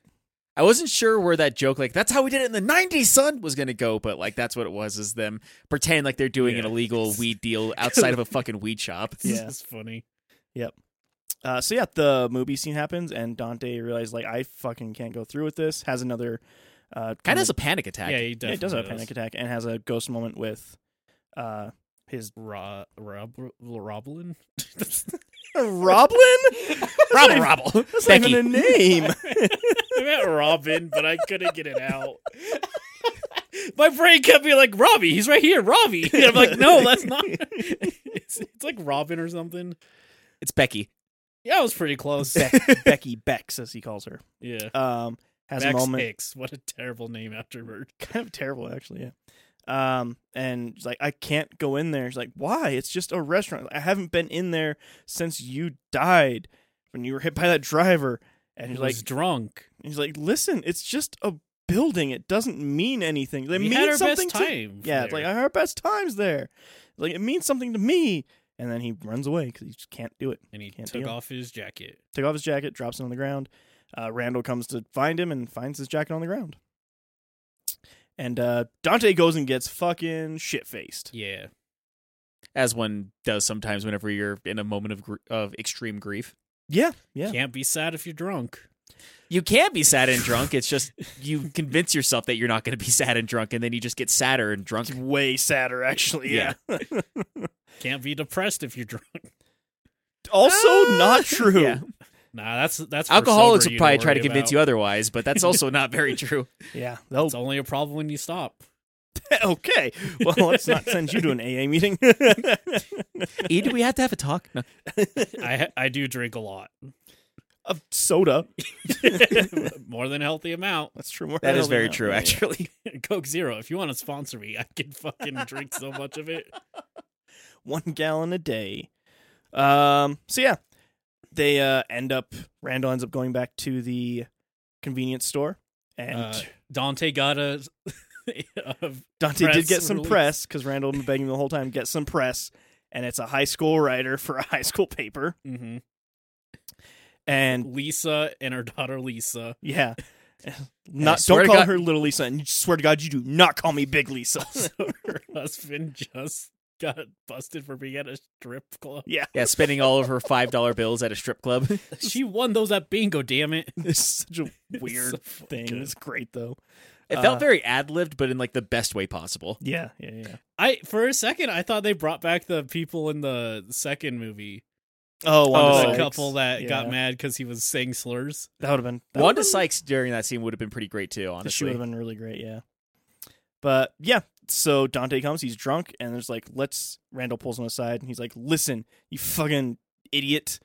[SPEAKER 3] I wasn't sure where that joke, like that's how we did it in the '90s, son, was gonna go, but like that's what it was, is them pretend like they're doing an
[SPEAKER 2] Yeah.
[SPEAKER 3] illegal weed deal outside of a fucking weed shop.
[SPEAKER 2] This
[SPEAKER 1] Yeah.
[SPEAKER 2] is funny.
[SPEAKER 1] Uh, so yeah, the movie scene happens, and Dante realizes like I fucking can't go through with this. Has another uh,
[SPEAKER 3] Kind of has a panic attack.
[SPEAKER 2] Yeah, he
[SPEAKER 1] yeah,
[SPEAKER 2] definitely
[SPEAKER 1] he does have a panic attack, and has a ghost moment with uh, his
[SPEAKER 2] Ro- Rob Roblin.
[SPEAKER 1] [LAUGHS]
[SPEAKER 2] [LAUGHS]
[SPEAKER 1] [LAUGHS] Roblin. [LAUGHS]
[SPEAKER 3] Robble, robble.
[SPEAKER 1] That's
[SPEAKER 3] Becky.
[SPEAKER 1] not even a name. [LAUGHS]
[SPEAKER 2] [LAUGHS] I meant Robin, but I couldn't get it out. My brain kept being like Robbie. He's right here, Robbie. [LAUGHS] And I'm like, no, that's
[SPEAKER 1] [LAUGHS]
[SPEAKER 2] not. It's, it's like Robin or something.
[SPEAKER 3] It's Becky.
[SPEAKER 2] Yeah, I was pretty
[SPEAKER 1] [LAUGHS]
[SPEAKER 2] close.
[SPEAKER 1] Beck, Becky Bex, as he calls her,
[SPEAKER 2] Yeah,
[SPEAKER 1] um, has
[SPEAKER 2] Max
[SPEAKER 1] a moment.
[SPEAKER 2] Hicks. What a terrible name afterward.
[SPEAKER 1] kind of [LAUGHS] terrible actually yeah um and she's like i can't go in there she's like why it's just a restaurant i haven't been in there since you died when you were hit by that driver and
[SPEAKER 2] He
[SPEAKER 1] he's like
[SPEAKER 2] was drunk.
[SPEAKER 1] he's like listen it's just a building it doesn't mean anything they
[SPEAKER 2] we
[SPEAKER 1] mean
[SPEAKER 2] had our
[SPEAKER 1] something
[SPEAKER 2] best
[SPEAKER 1] to
[SPEAKER 2] time.
[SPEAKER 1] yeah it's
[SPEAKER 2] there.
[SPEAKER 1] like i had our best times there like it means something to me and then he runs away because he just can't do it
[SPEAKER 2] and he
[SPEAKER 1] can't
[SPEAKER 2] took
[SPEAKER 1] deal.
[SPEAKER 2] off his jacket.
[SPEAKER 1] took off his jacket drops it on the ground uh, randall comes to find him and finds his jacket on the ground and uh, dante goes and gets fucking shit faced
[SPEAKER 2] Yeah,
[SPEAKER 3] as one does sometimes whenever you're in a moment of gr- of extreme grief.
[SPEAKER 1] Yeah, yeah.
[SPEAKER 2] can't be sad if you're drunk.
[SPEAKER 3] You can be sad and drunk. It's just you convince yourself that you're not going to be sad and drunk, and then you just get sadder and drunk.
[SPEAKER 1] It's way sadder, actually. Yeah.
[SPEAKER 2] Can't be depressed if you're [LAUGHS] drunk.
[SPEAKER 1] [LAUGHS] also,
[SPEAKER 3] [LAUGHS]
[SPEAKER 1] not true.
[SPEAKER 3] Yeah.
[SPEAKER 1] Yeah.
[SPEAKER 2] Nah, that's that's for
[SPEAKER 3] Alcoholics
[SPEAKER 2] sober
[SPEAKER 3] will
[SPEAKER 2] you
[SPEAKER 3] probably try to
[SPEAKER 2] worry
[SPEAKER 3] convince you
[SPEAKER 2] about.
[SPEAKER 3] otherwise, but that's also not very true.
[SPEAKER 1] they'll-
[SPEAKER 2] It's only a problem when you stop.
[SPEAKER 1] [LAUGHS] okay. Well, let's not send you to an AA meeting. [LAUGHS]
[SPEAKER 3] E, do we have to have a [LAUGHS] talk? No.
[SPEAKER 2] I I do drink a lot,
[SPEAKER 1] of soda.
[SPEAKER 2] [LAUGHS] more than a healthy amount. [LAUGHS]
[SPEAKER 1] That's true. More
[SPEAKER 3] That is
[SPEAKER 1] healthy
[SPEAKER 3] very
[SPEAKER 1] now.
[SPEAKER 3] true,
[SPEAKER 1] Yeah, yeah.
[SPEAKER 3] actually.
[SPEAKER 2] Coke Zero. If you want to sponsor me, I can fucking drink so much of it.
[SPEAKER 1] One gallon a day. Um. So yeah, they uh end up. Randall ends up going back to the convenience store, and
[SPEAKER 2] Uh, Dante got a. [LAUGHS] of-
[SPEAKER 1] Dante did
[SPEAKER 2] press
[SPEAKER 1] get some
[SPEAKER 2] release.
[SPEAKER 1] press because Randall had been begging the whole time get some press, and it's a high school writer for a [LAUGHS] high school paper,
[SPEAKER 2] mhm.
[SPEAKER 1] and
[SPEAKER 2] Lisa and her daughter Lisa.
[SPEAKER 1] yeah.
[SPEAKER 3] I
[SPEAKER 1] Not
[SPEAKER 3] swear
[SPEAKER 1] don't
[SPEAKER 3] to
[SPEAKER 1] call
[SPEAKER 3] God-
[SPEAKER 1] her little Lisa, and swear to God, you do not call me Big
[SPEAKER 2] [LAUGHS]
[SPEAKER 1] Lisa. [LAUGHS]
[SPEAKER 2] So her husband just got busted for being at a strip
[SPEAKER 1] [LAUGHS]
[SPEAKER 2] club.
[SPEAKER 3] [LAUGHS] Yeah, spending all of her five dollar bills at a strip club.
[SPEAKER 2] She won those at bingo. Damn it!
[SPEAKER 1] it's such a
[SPEAKER 2] It's
[SPEAKER 1] weird
[SPEAKER 2] so
[SPEAKER 1] thing.
[SPEAKER 2] good.
[SPEAKER 1] It's great though.
[SPEAKER 3] It
[SPEAKER 1] Uh,
[SPEAKER 3] felt very ad libbed, but in like the best way possible.
[SPEAKER 1] Yeah, yeah, yeah.
[SPEAKER 2] I for a second I thought they brought back the people in the second movie.
[SPEAKER 1] Oh, Wanda
[SPEAKER 3] Oh.
[SPEAKER 2] the
[SPEAKER 1] Sykes.
[SPEAKER 2] couple that
[SPEAKER 1] Yeah.
[SPEAKER 2] got mad because he was saying slurs.
[SPEAKER 1] That would have been that
[SPEAKER 3] Wanda
[SPEAKER 1] would've
[SPEAKER 3] Sykes during that scene would have been pretty great too,
[SPEAKER 1] been- She would have
[SPEAKER 3] honestly.
[SPEAKER 1] been really great. Yeah. But yeah, so Dante comes. He's drunk, and there's like, let's. Randall pulls him aside, and he's like, "Listen, you fucking idiot!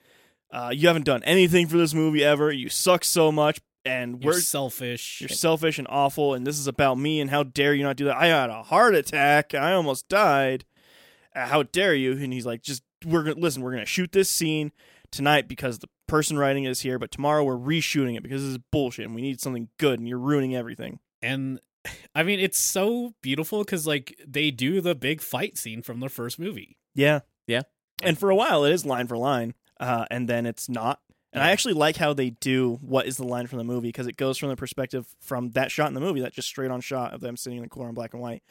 [SPEAKER 1] Uh, you haven't done anything for this movie ever. You suck so much, and
[SPEAKER 2] You're
[SPEAKER 1] we're
[SPEAKER 2] selfish.
[SPEAKER 1] you're selfish and awful. And this is about me. And how dare you not do that? I had a heart attack. I almost died. Uh, how dare you? And he's like, just we're gonna listen. We're gonna shoot this scene tonight because the person writing it is here, but tomorrow we're reshooting it because this is bullshit and we need something good. And you're ruining everything.
[SPEAKER 2] and [SIGHS] I mean it's so beautiful because like they do the big fight scene from the first movie.
[SPEAKER 1] Yeah,
[SPEAKER 3] Yeah.
[SPEAKER 1] And for a while, it is line for line, uh, and then it's not. And I
[SPEAKER 2] Yeah.
[SPEAKER 1] actually like how they do what is the line from the movie because it goes from the perspective from that shot in the movie, that just straight on shot of them sitting in the corner in black and white.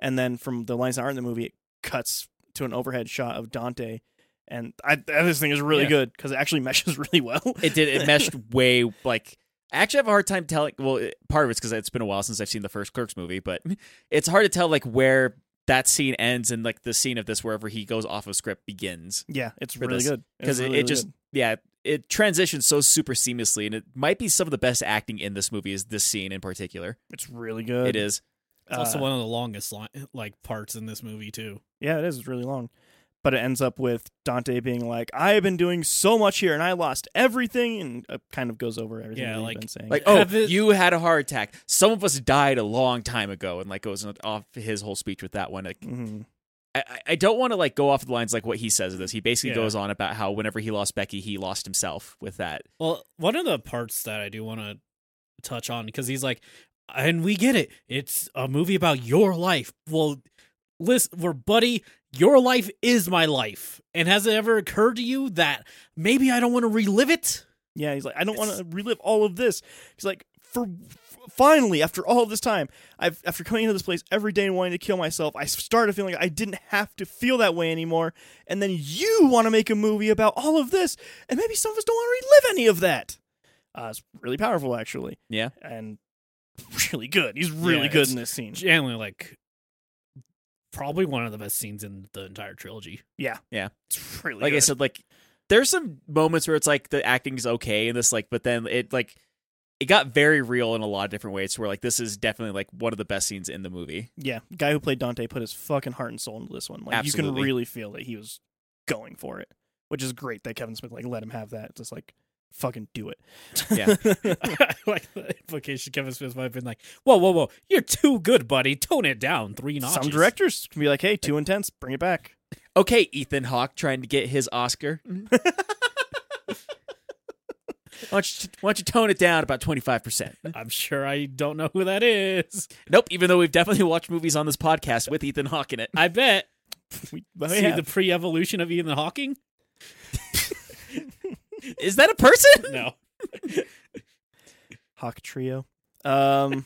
[SPEAKER 1] And then from the lines that aren't in the movie, it cuts to an overhead shot of Dante. And I, I just think is really
[SPEAKER 2] Yeah.
[SPEAKER 1] good because it actually [LAUGHS] meshes really well.
[SPEAKER 3] It did it meshed way like I actually have a hard time telling well it- part of it's because it's been a while since I've seen the first Clerks movie, but it's hard to tell like where that scene ends and like the scene of this wherever he goes off of script begins.
[SPEAKER 1] [LAUGHS] yeah, it's
[SPEAKER 3] For
[SPEAKER 1] really
[SPEAKER 3] this,
[SPEAKER 1] good. It's
[SPEAKER 3] Because it,
[SPEAKER 1] really,
[SPEAKER 3] it
[SPEAKER 1] really
[SPEAKER 3] just
[SPEAKER 1] good.
[SPEAKER 3] yeah, it transitions so super seamlessly and it might be some of the best acting in this movie is this scene in particular.
[SPEAKER 1] it's really good.
[SPEAKER 3] It is.
[SPEAKER 2] It's also
[SPEAKER 1] Uh,
[SPEAKER 2] one of the longest li- eh, like parts in this movie too.
[SPEAKER 1] Yeah, it is. It's really long. But it ends up with Dante being like, I have been doing so much here and I lost everything. And it kind of goes over everything
[SPEAKER 2] Yeah,
[SPEAKER 1] that you've
[SPEAKER 2] like-
[SPEAKER 1] been saying.
[SPEAKER 3] Like, oh,
[SPEAKER 2] Have it-
[SPEAKER 3] you had a heart attack. Some of us died a long time ago, and like goes off his whole speech with that one. Like,
[SPEAKER 1] Mhm.
[SPEAKER 3] I- I, I don't want to like go off the lines like what he says of this. He basically
[SPEAKER 2] Yeah.
[SPEAKER 3] goes on about how whenever he lost Becky, he lost himself with that.
[SPEAKER 2] Well, one of the parts that I do want to touch on because he's like, and we get it. It's a movie about your life. Well, listen, we're buddy. Your life is my life. And has it ever occurred to you that maybe I don't want to relive it?
[SPEAKER 1] Yeah, he's like, I don't want to
[SPEAKER 2] It's-
[SPEAKER 1] relive all of this. He's like, for f- finally, after all this time, I've after coming into this place every day and wanting to kill myself, I started feeling like I didn't have to feel that way anymore. And then you want to make a movie about all of this, and maybe some of us don't want to relive any of that. Uh, it's really powerful, actually,
[SPEAKER 3] Yeah,
[SPEAKER 1] and [LAUGHS] really good. He's really
[SPEAKER 2] Yeah,
[SPEAKER 1] good
[SPEAKER 2] it's-
[SPEAKER 1] in this scene.
[SPEAKER 2] Genuinely, like, probably one of the best scenes in the entire trilogy.
[SPEAKER 1] It's really
[SPEAKER 3] like I
[SPEAKER 1] good.
[SPEAKER 3] said, like there's some moments where it's like the acting's okay in this, like, but then it like it got very real in a lot of different ways. Where like this is definitely like one of the best scenes in the movie.
[SPEAKER 1] Yeah, the guy who played Dante put his fucking heart and soul into this one. Like you
[SPEAKER 3] Absolutely.
[SPEAKER 1] can really feel that he was going for it, which is great that Kevin Smith like let him have that. Just like fucking do it.
[SPEAKER 3] Yeah.
[SPEAKER 2] I [LAUGHS] like the implication Kevin Smith might have been like, whoa, whoa, whoa, you're too good, buddy. Tone it down three notches.
[SPEAKER 1] Some directors can be like, "Hey, too intense, bring it back." [LAUGHS]
[SPEAKER 3] Okay, Ethan Hawke trying to get his Oscar. why, don't you, [LAUGHS] why don't you tone it down about twenty five percent?
[SPEAKER 2] I'm sure I don't know who that is.
[SPEAKER 3] Nope. Even though we've definitely [LAUGHS] watched movies on this podcast with Ethan Hawke in it.
[SPEAKER 2] I bet.
[SPEAKER 1] We, but we
[SPEAKER 2] [LAUGHS] See
[SPEAKER 1] have-
[SPEAKER 2] the pre-evolution of Ethan Hawking?
[SPEAKER 3] Is that a person?
[SPEAKER 1] [LAUGHS] Hmm.
[SPEAKER 2] No.
[SPEAKER 1] Hawk Trio.
[SPEAKER 2] [LAUGHS]
[SPEAKER 1] Um,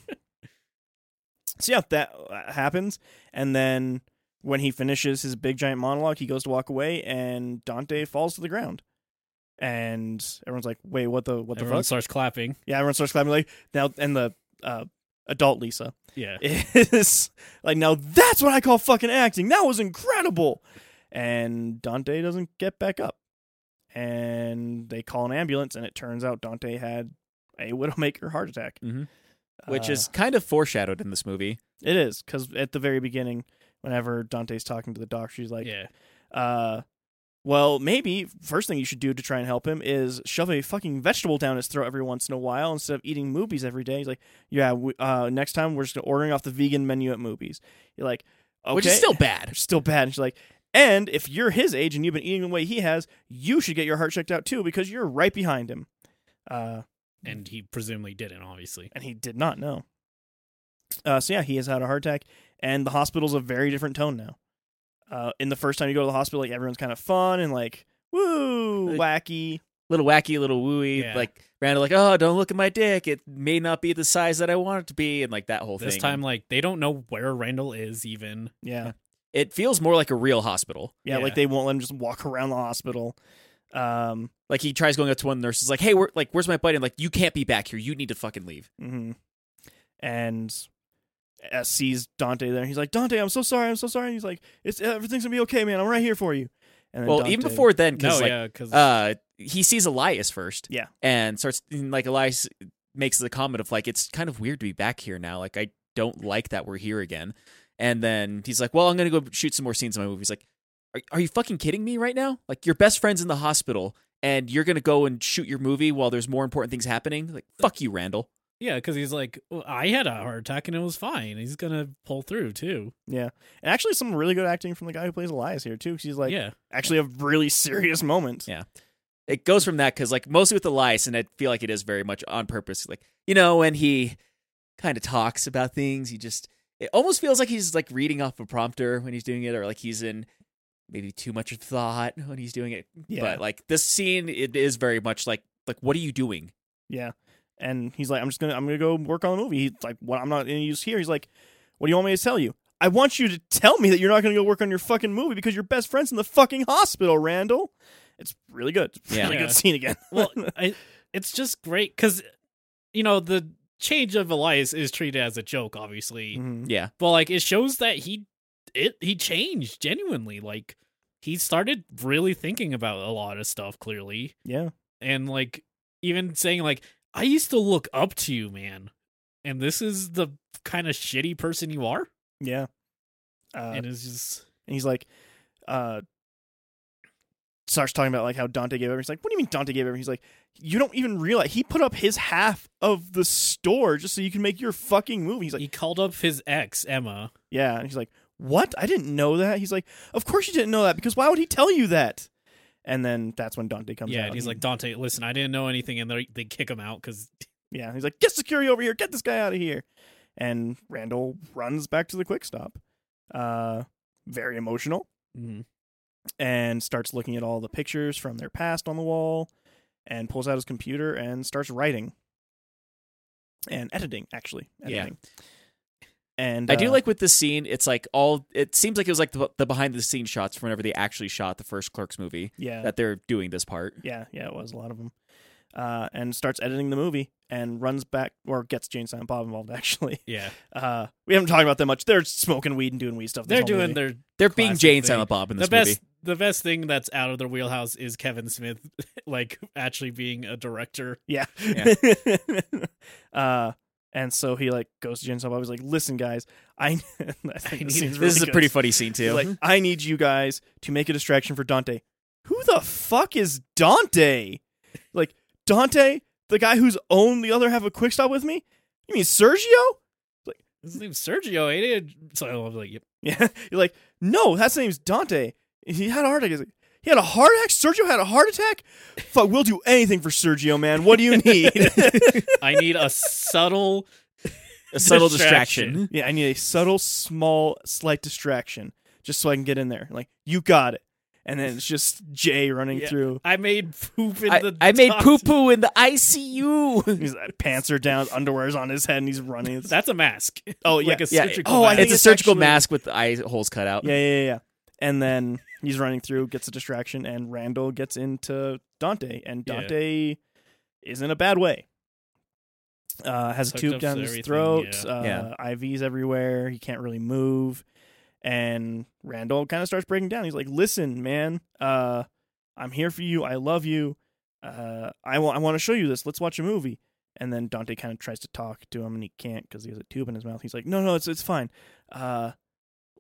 [SPEAKER 1] so yeah, that uh, happens, and then when he finishes his big giant monologue, he goes to walk away, and Dante falls to the ground. and everyone's like, "Wait, what the what the
[SPEAKER 2] Everyone
[SPEAKER 1] fuck?"
[SPEAKER 2] starts clapping.
[SPEAKER 1] yeah, everyone starts clapping like now, and the uh, adult Lisa
[SPEAKER 2] Yeah.
[SPEAKER 1] is [LAUGHS] like, "Now that's what I call fucking acting. That was incredible." And Dante doesn't get back up, and they call an ambulance, and it turns out Dante had a widowmaker heart attack,
[SPEAKER 3] Mhm. which
[SPEAKER 1] Uh,
[SPEAKER 3] is kind of foreshadowed in this movie.
[SPEAKER 1] it is because at the very beginning, whenever Dante's talking to the doctor, she's like,
[SPEAKER 2] yeah.
[SPEAKER 1] uh, well, maybe first thing you should do to try and help him is shove a fucking vegetable down his throat every once in a while instead of eating movies every day. He's like, yeah, we, uh, next time we're just ordering off the vegan menu at movies. You're like, okay,
[SPEAKER 3] Which is still bad.
[SPEAKER 1] still bad. And she's like, and if you're his age and you've been eating the way he has, you should get your heart checked out too because you're right behind him. Uh,
[SPEAKER 2] And he presumably didn't, obviously.
[SPEAKER 1] and he did not know. Uh, so yeah, he has had a heart attack, and the hospital's a very different tone now. Uh, in the first time you go to the hospital, like everyone's kind of fun and like woo
[SPEAKER 3] Uh,
[SPEAKER 1] wacky.
[SPEAKER 3] Little wacky, little wooey.
[SPEAKER 2] Yeah.
[SPEAKER 3] Like Randall, like, oh, don't look at my dick. It may not be the size that I want it to be, and like that whole
[SPEAKER 2] This
[SPEAKER 3] thing.
[SPEAKER 2] time, like they don't know where Randall
[SPEAKER 1] [LAUGHS]
[SPEAKER 2] is even.
[SPEAKER 1] Yeah.
[SPEAKER 3] it feels more like a real hospital.
[SPEAKER 1] yeah,
[SPEAKER 2] Yeah.
[SPEAKER 1] like they won't let him just walk around the hospital. Um,
[SPEAKER 3] Like he tries going up to one nurse, is like, hey, we're like, where's my buddy? And like, you can't be back here. You need to fucking leave.
[SPEAKER 1] mhm. and uh, sees Dante there. He's like, Dante, I'm so sorry, I'm so sorry. And he's like, it's everything's gonna be okay, man. I'm right here for you. And then
[SPEAKER 3] well, even
[SPEAKER 1] Dante-
[SPEAKER 3] before then,
[SPEAKER 2] No,
[SPEAKER 3] because like,
[SPEAKER 2] yeah, because
[SPEAKER 3] uh, he sees Elias first.
[SPEAKER 1] Yeah.
[SPEAKER 3] and starts and, like Elias makes the comment of like, it's kind of weird to be back here now. Like, I don't like that we're here again. And then he's like, well, I'm gonna go shoot some more scenes in my movie. He's like, are, are you fucking kidding me right now? Like, your best friend's in the hospital. And you're gonna go and shoot your movie while there's more important things happening. Like fuck you, Randall.
[SPEAKER 2] yeah, because he's like, well, I had a heart attack and it was fine. He's gonna pull through too.
[SPEAKER 1] and actually some really good acting from the guy who plays Elias here too. 'cause He's like,
[SPEAKER 2] yeah,
[SPEAKER 1] actually a really serious moment.
[SPEAKER 3] It goes from that because like mostly with Elias, and I feel like it is very much on purpose. Like you know, when he kind of talks about things, he just it almost feels like he's like reading off a prompter when he's doing it, or like he's in maybe too much thought when he's doing it.
[SPEAKER 1] Yeah.
[SPEAKER 3] But like this scene, it is very much like like what are you doing?
[SPEAKER 1] Yeah. And he's like, I'm just gonna I'm gonna go work on the movie. He's like, What I'm not gonna use here. He's like, What do you want me to tell you? I want you to tell me that you're not gonna go work on your fucking movie because your best friend's in the fucking hospital, Randall. It's really good. It's a
[SPEAKER 3] Yeah.
[SPEAKER 1] really
[SPEAKER 2] Yeah.
[SPEAKER 1] good scene again. [LAUGHS]
[SPEAKER 2] well, I, it's just great because you know the change of Elias is treated as a joke, obviously,
[SPEAKER 1] Mhm.
[SPEAKER 3] Yeah,
[SPEAKER 2] but like it shows that he it he changed genuinely. Like he started really thinking about a lot of stuff clearly,
[SPEAKER 1] Yeah.
[SPEAKER 2] and like even saying like I used to look up to you, man, and this is the kind of shitty person you are,
[SPEAKER 1] Yeah. Uh,
[SPEAKER 2] and it's just
[SPEAKER 1] And he's like, uh, starts talking about like how Dante gave everything. He's like, what do you mean Dante gave everything? He's like, you don't even realize he put up his half of the store just so you can make your fucking movie. He's like,
[SPEAKER 2] he called up his ex Emma.
[SPEAKER 1] yeah. And he's like, what? I didn't know that. He's like, of course you didn't know that because why would he tell you that? And then that's when Dante comes
[SPEAKER 2] yeah,
[SPEAKER 1] out.
[SPEAKER 2] and he's like Dante, listen, I didn't know anything, and they they kick him out because
[SPEAKER 1] yeah. He's like, get security over here. Get this guy out of here. And Randall runs back to the quick stop. Uh, very emotional. Mm-hmm. and starts looking at all the pictures from their past on the wall and pulls out his computer and starts writing and editing actually
[SPEAKER 3] Yeah.
[SPEAKER 1] editing. and
[SPEAKER 3] I do
[SPEAKER 1] uh,
[SPEAKER 3] like with this scene. It's like all. It seems like it was like the, the behind the scenes shots from whenever they actually shot the first Clerks movie
[SPEAKER 1] yeah
[SPEAKER 3] that they're doing this part.
[SPEAKER 1] yeah yeah it was a lot of them uh, and starts editing the movie and runs back or gets Jane Silent Bob involved [LAUGHS] actually
[SPEAKER 2] yeah,
[SPEAKER 1] uh, we haven't talked about that much they're smoking weed and doing weed stuff this
[SPEAKER 2] they're
[SPEAKER 1] whole
[SPEAKER 2] doing
[SPEAKER 1] movie.
[SPEAKER 2] their
[SPEAKER 3] They're being
[SPEAKER 2] Classic
[SPEAKER 3] Jane
[SPEAKER 2] thing.
[SPEAKER 3] Silent Bob in this
[SPEAKER 2] the best
[SPEAKER 3] movie.
[SPEAKER 2] the best thing that's out of their wheelhouse is Kevin Smith [LAUGHS] like actually being a director.
[SPEAKER 1] Yeah. [LAUGHS] uh, and so he like goes to Jane Silent Bob. He's like, "Listen, guys, I, [LAUGHS] I think
[SPEAKER 2] need-
[SPEAKER 1] this, scene's
[SPEAKER 3] This
[SPEAKER 1] really
[SPEAKER 3] is a
[SPEAKER 1] good.
[SPEAKER 3] pretty funny scene
[SPEAKER 1] He's
[SPEAKER 3] too.
[SPEAKER 1] Like, I need you guys to make a distraction for Dante. Who the fuck is Dante? Like, Dante, the guy who's owned the other half of Quick Stop with me? You mean Sergio?
[SPEAKER 2] His name's Sergio, ain't it? So I'm like, yep.
[SPEAKER 1] [LAUGHS] Yeah. You're like, no, that's the name's Dante. He had a heart attack. He's like, He had a heart attack? Sergio had a heart attack? Fuck, we'll do anything for Sergio, man. What do you need?
[SPEAKER 2] I need a subtle
[SPEAKER 3] a subtle
[SPEAKER 2] distraction.
[SPEAKER 3] distraction.
[SPEAKER 1] yeah, I need a subtle, small, slight distraction just so I can get in there. Like, you got it. And then it's just Jay running
[SPEAKER 2] Yeah.
[SPEAKER 1] through.
[SPEAKER 2] I made poop in
[SPEAKER 3] I,
[SPEAKER 2] the
[SPEAKER 3] I made
[SPEAKER 2] doc-
[SPEAKER 3] poo poo in the
[SPEAKER 1] [LAUGHS]
[SPEAKER 3] ICU.
[SPEAKER 1] His uh, pants are down, his underwear's on his head, and he's running. It's-
[SPEAKER 2] That's a mask. [LAUGHS]
[SPEAKER 1] oh yeah,
[SPEAKER 2] like a
[SPEAKER 3] yeah.
[SPEAKER 2] surgical
[SPEAKER 1] Oh, I
[SPEAKER 2] mask.
[SPEAKER 1] think
[SPEAKER 3] it's a
[SPEAKER 1] it's
[SPEAKER 3] surgical
[SPEAKER 1] actually-
[SPEAKER 3] mask with the eye holes cut out.
[SPEAKER 1] yeah, yeah, yeah, yeah. And then He's running through, gets a distraction, and Randall gets into Dante, and
[SPEAKER 2] Yeah.
[SPEAKER 1] Dante is in a bad way. Uh, has
[SPEAKER 2] Sucked
[SPEAKER 1] a tube
[SPEAKER 2] up
[SPEAKER 1] down
[SPEAKER 2] to
[SPEAKER 1] his
[SPEAKER 2] everything,
[SPEAKER 1] throat,
[SPEAKER 2] yeah.
[SPEAKER 1] Uh, IVs everywhere. He can't really move, and Randall kind of starts breaking down. He's like, "Listen, man, uh, I'm here for you. I love you. Uh, I want. I want to show you this. Let's watch a movie." And then Dante kind of tries to talk to him, and he can't because he has a tube in his mouth. He's like, "No, no, it's it's fine. Uh,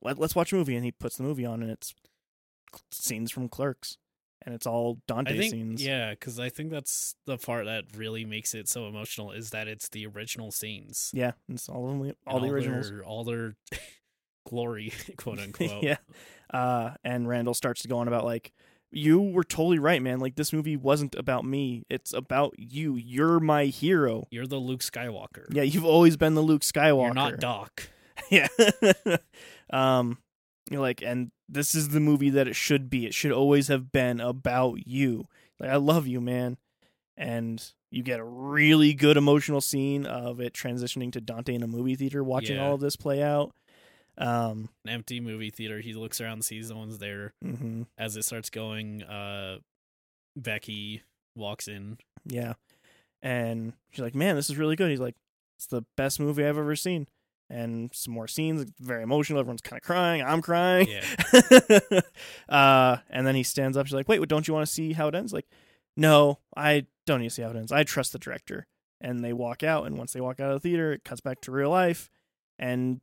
[SPEAKER 1] let, let's watch a movie." And he puts the movie on, and it's scenes from Clerks, and it's all Dante
[SPEAKER 2] I think,
[SPEAKER 1] scenes.
[SPEAKER 2] yeah, because I think that's the part that really makes it so emotional is that it's the original scenes,
[SPEAKER 1] Yeah, it's all only all
[SPEAKER 2] And
[SPEAKER 1] the originals. [LAUGHS]
[SPEAKER 2] their, all their [LAUGHS] glory, [LAUGHS] quote unquote.
[SPEAKER 1] Yeah. Uh, and Randall starts to go on about like, you were totally right, man. Like this movie wasn't about me. It's about you. You're my hero.
[SPEAKER 2] you're the Luke Skywalker.
[SPEAKER 1] Yeah, you've always been the Luke Skywalker.
[SPEAKER 2] you're not Doc.
[SPEAKER 1] yeah. [LAUGHS] um, you're like, and this is the movie that it should be. It should always have been about you. Like, I love you, man. And you get a really good emotional scene of it transitioning to Dante in a movie theater, watching
[SPEAKER 2] Yeah.
[SPEAKER 1] all of this play out. Um,
[SPEAKER 2] An empty movie theater. He looks around, sees no one's there.
[SPEAKER 1] mhm.
[SPEAKER 2] As it starts going, uh, Becky walks in.
[SPEAKER 1] Yeah. And she's like, man, this is really good. He's like, it's the best movie I've ever seen. And some more scenes, very emotional. Everyone's kind of crying. I'm crying.
[SPEAKER 2] Yeah,
[SPEAKER 1] [LAUGHS] uh, and then he stands up. She's like, wait, what, don't you want to see how it ends? Like, no, I don't need to see how it ends. I trust the director. And they walk out. And once they walk out of the theater, it cuts back to real life. And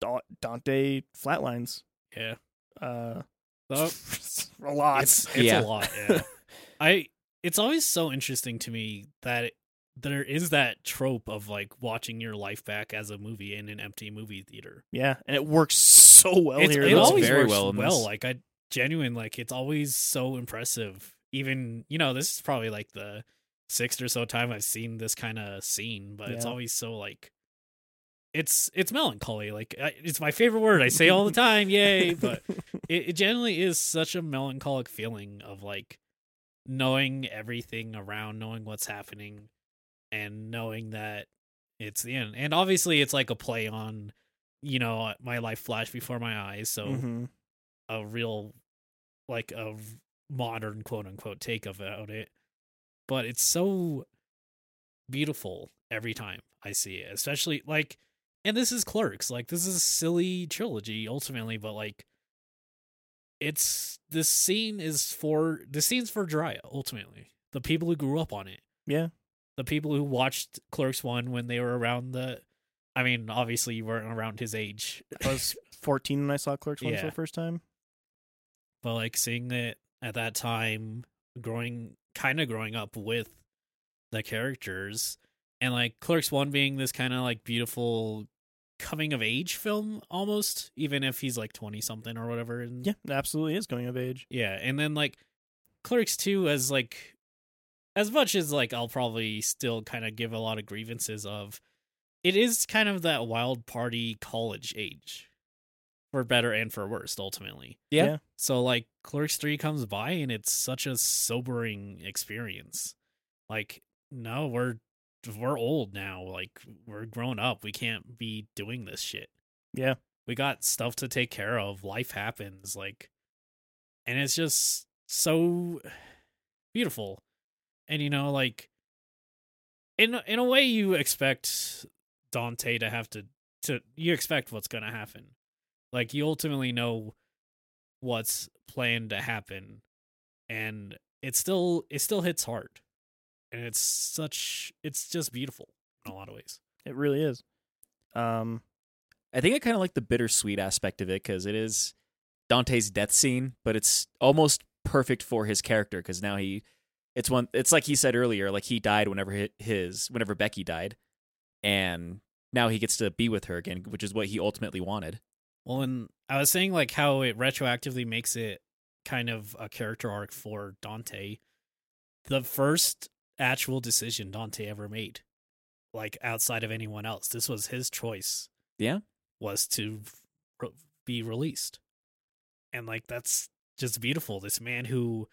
[SPEAKER 1] Da- Dante flatlines.
[SPEAKER 2] yeah.
[SPEAKER 1] Uh,
[SPEAKER 2] So-
[SPEAKER 1] [LAUGHS] a lot.
[SPEAKER 2] It's, it's
[SPEAKER 3] Yeah.
[SPEAKER 2] a lot. Yeah. I it's always so interesting to me that it, there is that trope of like watching your life back as a movie in an empty movie theater.
[SPEAKER 1] yeah. And it works so well
[SPEAKER 2] It's-
[SPEAKER 1] here.
[SPEAKER 2] it
[SPEAKER 1] That's
[SPEAKER 3] works
[SPEAKER 2] always
[SPEAKER 3] very
[SPEAKER 2] works
[SPEAKER 3] well
[SPEAKER 2] well.
[SPEAKER 3] in this.
[SPEAKER 2] Like I genuine like it's always so impressive. Even you know this is probably like the sixth or so time I've seen this kind of scene, but it's
[SPEAKER 1] Yeah.
[SPEAKER 2] always so like. It's it's melancholy. Like I, it's my favorite word. I say all the
[SPEAKER 1] [LAUGHS]
[SPEAKER 2] time, yay! But it, it generally is such a melancholic feeling of like knowing everything around, knowing what's happening, and knowing that it's the end. And obviously, it's like a play on, you know, my life flashed before my eyes. So
[SPEAKER 1] Mhm.
[SPEAKER 2] a real, like a modern quote unquote take about it. But it's so beautiful every time I see it, especially like, and this is Clerks. Like, this is a silly trilogy ultimately, but like, it's this scene is for the scene's for Jiraiya ultimately. The people who grew up on it.
[SPEAKER 1] Yeah.
[SPEAKER 2] The people who watched Clerks 1 when they were around the. I mean, obviously, you weren't around his age.
[SPEAKER 1] I was 14 when I saw Clerks one for
[SPEAKER 2] Yeah.
[SPEAKER 1] the first time.
[SPEAKER 2] but like seeing it at that time growing kind of growing up with the characters and like clerks 1 being this kind of like beautiful coming of age film almost even if he's like 20 something or whatever and
[SPEAKER 1] Yeah, it absolutely is going of age.
[SPEAKER 2] yeah and then like clerks 2 as like as much as like i'll probably still kind of give a lot of grievances of it is kind of that wild party college age for better and for worse ultimately
[SPEAKER 3] Yeah.
[SPEAKER 1] Yeah.
[SPEAKER 2] so like Clerks 3 comes by and it's such a sobering experience. Like no, we're we're old now. Like we're grown up. We can't be doing this shit.
[SPEAKER 1] Yeah.
[SPEAKER 2] We got stuff to take care of. Life happens like and it's just so beautiful. And you know like in in a way you expect Dante to have to to you expect what's going to happen. Like you ultimately know what's planned to happen and it still it still hits hard and it's such it's just beautiful in a lot of ways
[SPEAKER 1] It really is. Um,
[SPEAKER 3] I think I kind of like the bittersweet aspect of it because it is Dante's death scene, but it's almost perfect for his character because now he, it's one, it's like he said earlier, like he died whenever hi- his, whenever Becky died, and now he gets to be with her again, which is what he ultimately wanted.
[SPEAKER 2] well and i was saying like how it retroactively makes it kind of a character arc for dante the first actual decision dante ever made like outside of anyone else this was his choice
[SPEAKER 3] Yeah.
[SPEAKER 2] was to re- be released and like that's just beautiful this man who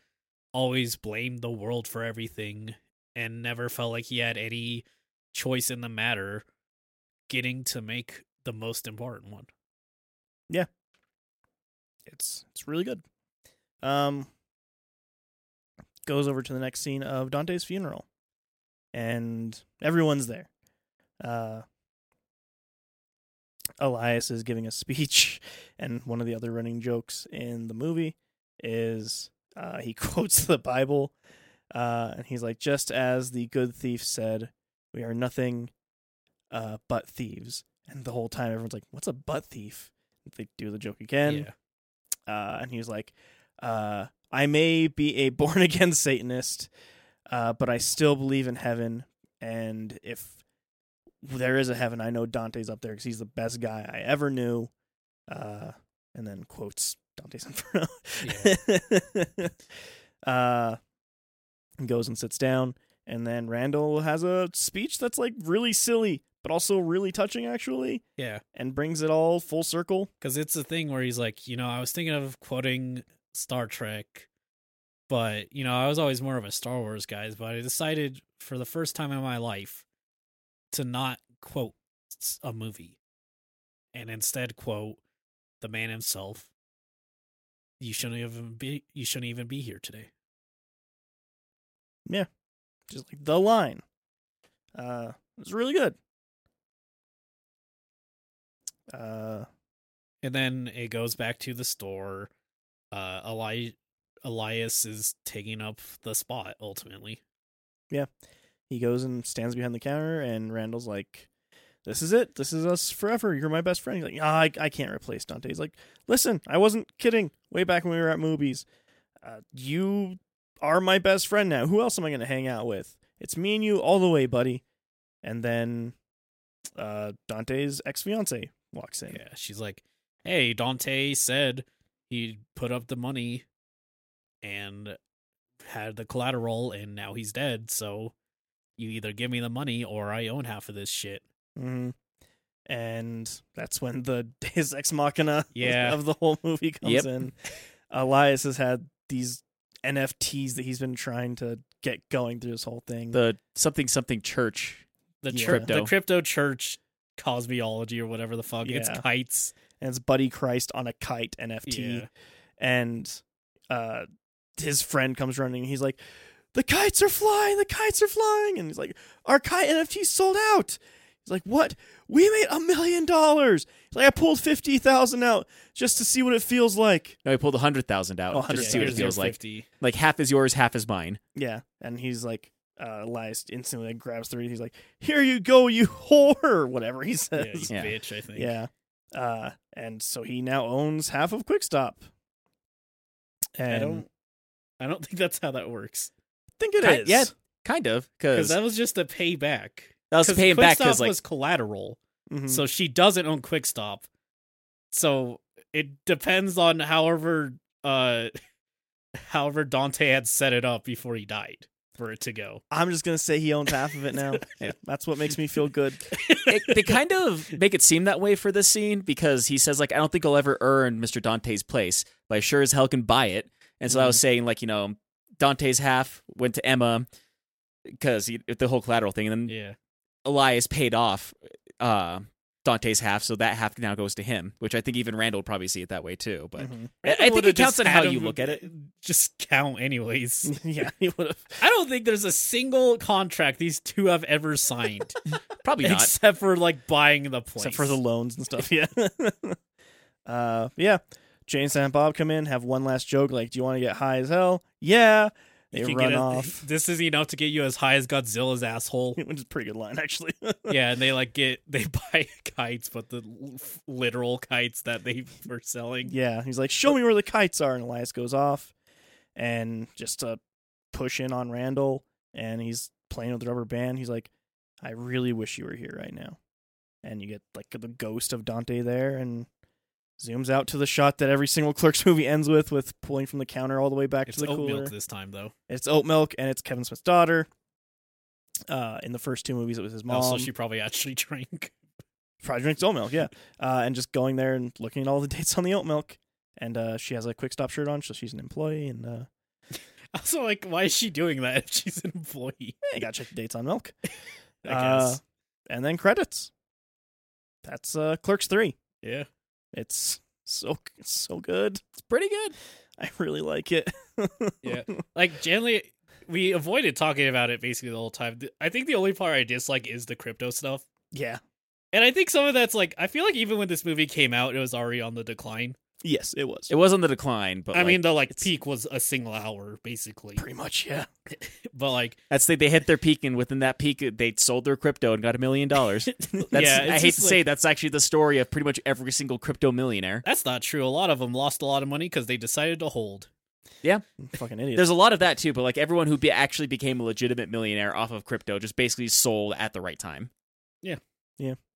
[SPEAKER 2] always blamed the world for everything and never felt like he had any choice in the matter getting to make the most important one
[SPEAKER 1] it's it's really good. Um, goes over to the next scene of Dante's funeral, and everyone's there. Uh, Elias is giving a speech, [LAUGHS] and one of the other running jokes in the movie is uh, he [LAUGHS] quotes the Bible, uh, and he's like, "Just as the good thief said, we are nothing uh, but thieves." And the whole time, everyone's like, "What's a butt thief?" They do the joke again
[SPEAKER 2] yeah.
[SPEAKER 1] uh, and he was like, uh, "I may be a [LAUGHS] born again Satanist, uh, but I still believe in heaven. And if there is a heaven, I know Dante's up there because he's the best guy I ever knew." Uh, and then quotes Dante's [LAUGHS] Inferno. uh, and goes and sits down, and then Randall has a speech that's like really silly, but also really touching, actually,
[SPEAKER 2] [LAUGHS] Yeah.
[SPEAKER 1] and brings it all full circle.
[SPEAKER 2] Because it's a thing where he's like, you know, I was thinking of quoting Star Trek, but, you know, I was always more of a Star Wars guy, but I decided for the first time in my life to not quote s- a movie and instead quote the man himself. You shouldn't even be you shouldn't even be here today.
[SPEAKER 1] just like the line. Uh, it was really good. Uh,
[SPEAKER 2] And then it goes back to the store. Uh Eli- Elias is taking up the spot ultimately.
[SPEAKER 1] he goes and stands behind the counter, and Randall's like, "This is it. This is us forever. You're my best friend." He's like, "Ah, I, I can't replace Dante." He's like, "Listen, I wasn't kidding. Way back when we were at movies, uh, you are my best friend now. Who else am I going to hang out with? It's me and you all the way, buddy." And then, uh, Dante's ex fiance walks in.
[SPEAKER 2] Yeah, she's like, "Hey, Dante said he put up the money and had the collateral, and now he's dead. So you either give me the money or I own half of this shit."
[SPEAKER 1] hmm And that's when the [LAUGHS] Deus Ex Machina
[SPEAKER 2] Yeah.
[SPEAKER 1] of the whole movie comes
[SPEAKER 3] Yep.
[SPEAKER 1] in. Elias has had these NFTs that he's been trying to get going through this whole thing.
[SPEAKER 3] The something something church.
[SPEAKER 2] The
[SPEAKER 1] Yeah.
[SPEAKER 2] chur- the
[SPEAKER 3] Crypto.
[SPEAKER 2] crypto church cosmology or whatever the fuck. It's
[SPEAKER 1] Yeah.
[SPEAKER 2] kites.
[SPEAKER 1] and it's Buddy Christ on a kite NFT.
[SPEAKER 2] Yeah.
[SPEAKER 1] And uh, his friend comes running and he's like, The kites are flying, the kites are flying. And he's like, Our kite NFT sold out. He's like, What? We made a million dollars. He's like, I pulled 50,000 out just to see what it feels like.
[SPEAKER 3] No, he pulled a hundred thousand out.
[SPEAKER 1] Oh,
[SPEAKER 3] just to
[SPEAKER 1] Yeah,
[SPEAKER 3] see what it
[SPEAKER 2] here's your
[SPEAKER 3] feels
[SPEAKER 1] [LAUGHS]
[SPEAKER 3] like.
[SPEAKER 2] 50.
[SPEAKER 3] Like half is yours, half is mine.
[SPEAKER 1] Yeah, and he's like, uh, Elias instantly like, grabs three. He's like, "Here you go, you [LAUGHS] whore," or whatever he
[SPEAKER 2] Yeah,
[SPEAKER 1] says.
[SPEAKER 2] you
[SPEAKER 3] Yeah.
[SPEAKER 2] bitch. I think.
[SPEAKER 1] Yeah, uh, and so he now owns half of Quickstop. And
[SPEAKER 2] I don't. I don't think that's how that works.
[SPEAKER 1] think it
[SPEAKER 3] Ki-
[SPEAKER 1] is.
[SPEAKER 3] yeah, kind of
[SPEAKER 2] Because
[SPEAKER 3] because
[SPEAKER 2] that was just a payback.
[SPEAKER 3] I was paying back
[SPEAKER 2] Quickstop
[SPEAKER 3] because like
[SPEAKER 2] was collateral.
[SPEAKER 1] Mhm.
[SPEAKER 2] So she doesn't own Quick Stop. So it depends on however uh [LAUGHS] however Dante had set it up before he died for it to go.
[SPEAKER 1] I'm just gonna say he owns half of it
[SPEAKER 2] [LAUGHS]
[SPEAKER 1] now.
[SPEAKER 3] Yeah.
[SPEAKER 1] That's what makes me feel good.
[SPEAKER 3] it, they kind of make it seem that way for this scene because he says like I don't think I'll ever earn Mr. Dante's place, but I sure as hell can buy it. And so I was
[SPEAKER 2] Mm-hmm.
[SPEAKER 3] saying like you know Dante's half went to Emma because the whole collateral thing, and then
[SPEAKER 2] Yeah.
[SPEAKER 3] Elias paid off uh, Dante's half, so that half now goes to him. Which I think even Randall would probably see it that way too. But
[SPEAKER 1] Mhm.
[SPEAKER 3] I- I think
[SPEAKER 2] Mm-hmm. Would've
[SPEAKER 3] it counts
[SPEAKER 2] just
[SPEAKER 3] on how
[SPEAKER 2] had
[SPEAKER 3] you
[SPEAKER 2] him
[SPEAKER 3] look
[SPEAKER 2] [LAUGHS]
[SPEAKER 3] at it.
[SPEAKER 2] Just count anyways.
[SPEAKER 1] [LAUGHS] yeah, he would
[SPEAKER 2] [LAUGHS]
[SPEAKER 1] have.
[SPEAKER 2] I don't think there's a single contract these two have ever signed
[SPEAKER 3] Probably not.
[SPEAKER 2] except for like buying the place.
[SPEAKER 1] except for the loans and
[SPEAKER 2] [LAUGHS]
[SPEAKER 1] stuff. Yeah. [LAUGHS] uh, yeah. Jane and Bob come in, have one last joke. Like, do you want to get high as hell? Yeah. They
[SPEAKER 2] You can
[SPEAKER 1] run
[SPEAKER 2] get a- [LAUGHS]
[SPEAKER 1] off,
[SPEAKER 2] This is enough to get you as high as
[SPEAKER 1] [LAUGHS]
[SPEAKER 2] Godzilla's asshole.
[SPEAKER 1] which is a pretty good line actually. [LAUGHS]
[SPEAKER 2] yeah, and they like get they [LAUGHS] buy kites, but the l- literal kites that they were selling.
[SPEAKER 1] Yeah, he's like, "Show me where the kites are," and Elias goes off, and just to push in on Randall, and he's playing with the rubber band. He's like, "I really wish you were here right now," and you get like the ghost of Dante there, and zooms out to the shot that every single Clerks [LAUGHS] movie ends with, with pulling from the counter all the way back
[SPEAKER 2] It's
[SPEAKER 1] to the
[SPEAKER 2] oat
[SPEAKER 1] cooler.
[SPEAKER 2] milk this time though.
[SPEAKER 1] It's oat milk, and it's Kevin Smith's daughter. Uh, in the first two movies, it was his mom.
[SPEAKER 2] Also, Oh, she probably actually [LAUGHS] drank.
[SPEAKER 1] Probably drinks oat milk, yeah. Uh, and just going there and looking at all the [LAUGHS] dates on the oat milk. And uh, she has a quick stop shirt on, so she's an employee. And uh,
[SPEAKER 2] Also, like, why is she doing that if she's an employee? [LAUGHS]
[SPEAKER 1] hey, gotta check the dates on milk.
[SPEAKER 2] I
[SPEAKER 1] Uh,
[SPEAKER 2] guess.
[SPEAKER 1] and then credits. That's uh, Clerks Three.
[SPEAKER 2] Yeah.
[SPEAKER 1] It's so it's so good.
[SPEAKER 3] It's pretty good.
[SPEAKER 1] I really like it. [LAUGHS]
[SPEAKER 2] Yeah. Like generally, we avoided talking about it basically the whole time. Th- I think the only part I dislike is the crypto stuff,
[SPEAKER 1] yeah.
[SPEAKER 2] and I think some of that's like I feel like even when this movie came out, it was already on the decline.
[SPEAKER 1] Yes, it was.
[SPEAKER 3] It was on the decline, but
[SPEAKER 2] I
[SPEAKER 3] like,
[SPEAKER 2] mean, the like
[SPEAKER 3] it's-
[SPEAKER 2] peak was a single hour basically,
[SPEAKER 1] Pretty much,
[SPEAKER 2] [LAUGHS]
[SPEAKER 1] yeah.
[SPEAKER 2] but like
[SPEAKER 3] that's the, they hit their peak, and within that peak, uh, they sold their crypto and got a
[SPEAKER 2] [LAUGHS]
[SPEAKER 3] million dollars. That's,
[SPEAKER 2] Yeah, it's
[SPEAKER 3] I hate
[SPEAKER 2] just
[SPEAKER 3] to
[SPEAKER 2] like-
[SPEAKER 3] say that's actually the story of pretty much every single crypto millionaire.
[SPEAKER 2] that's not true. A lot of them lost a lot of money because they decided to hold.
[SPEAKER 1] Fucking idiot.
[SPEAKER 3] There's a lot of that too, but like everyone who be- actually became a legitimate millionaire off of crypto just basically sold at the right time.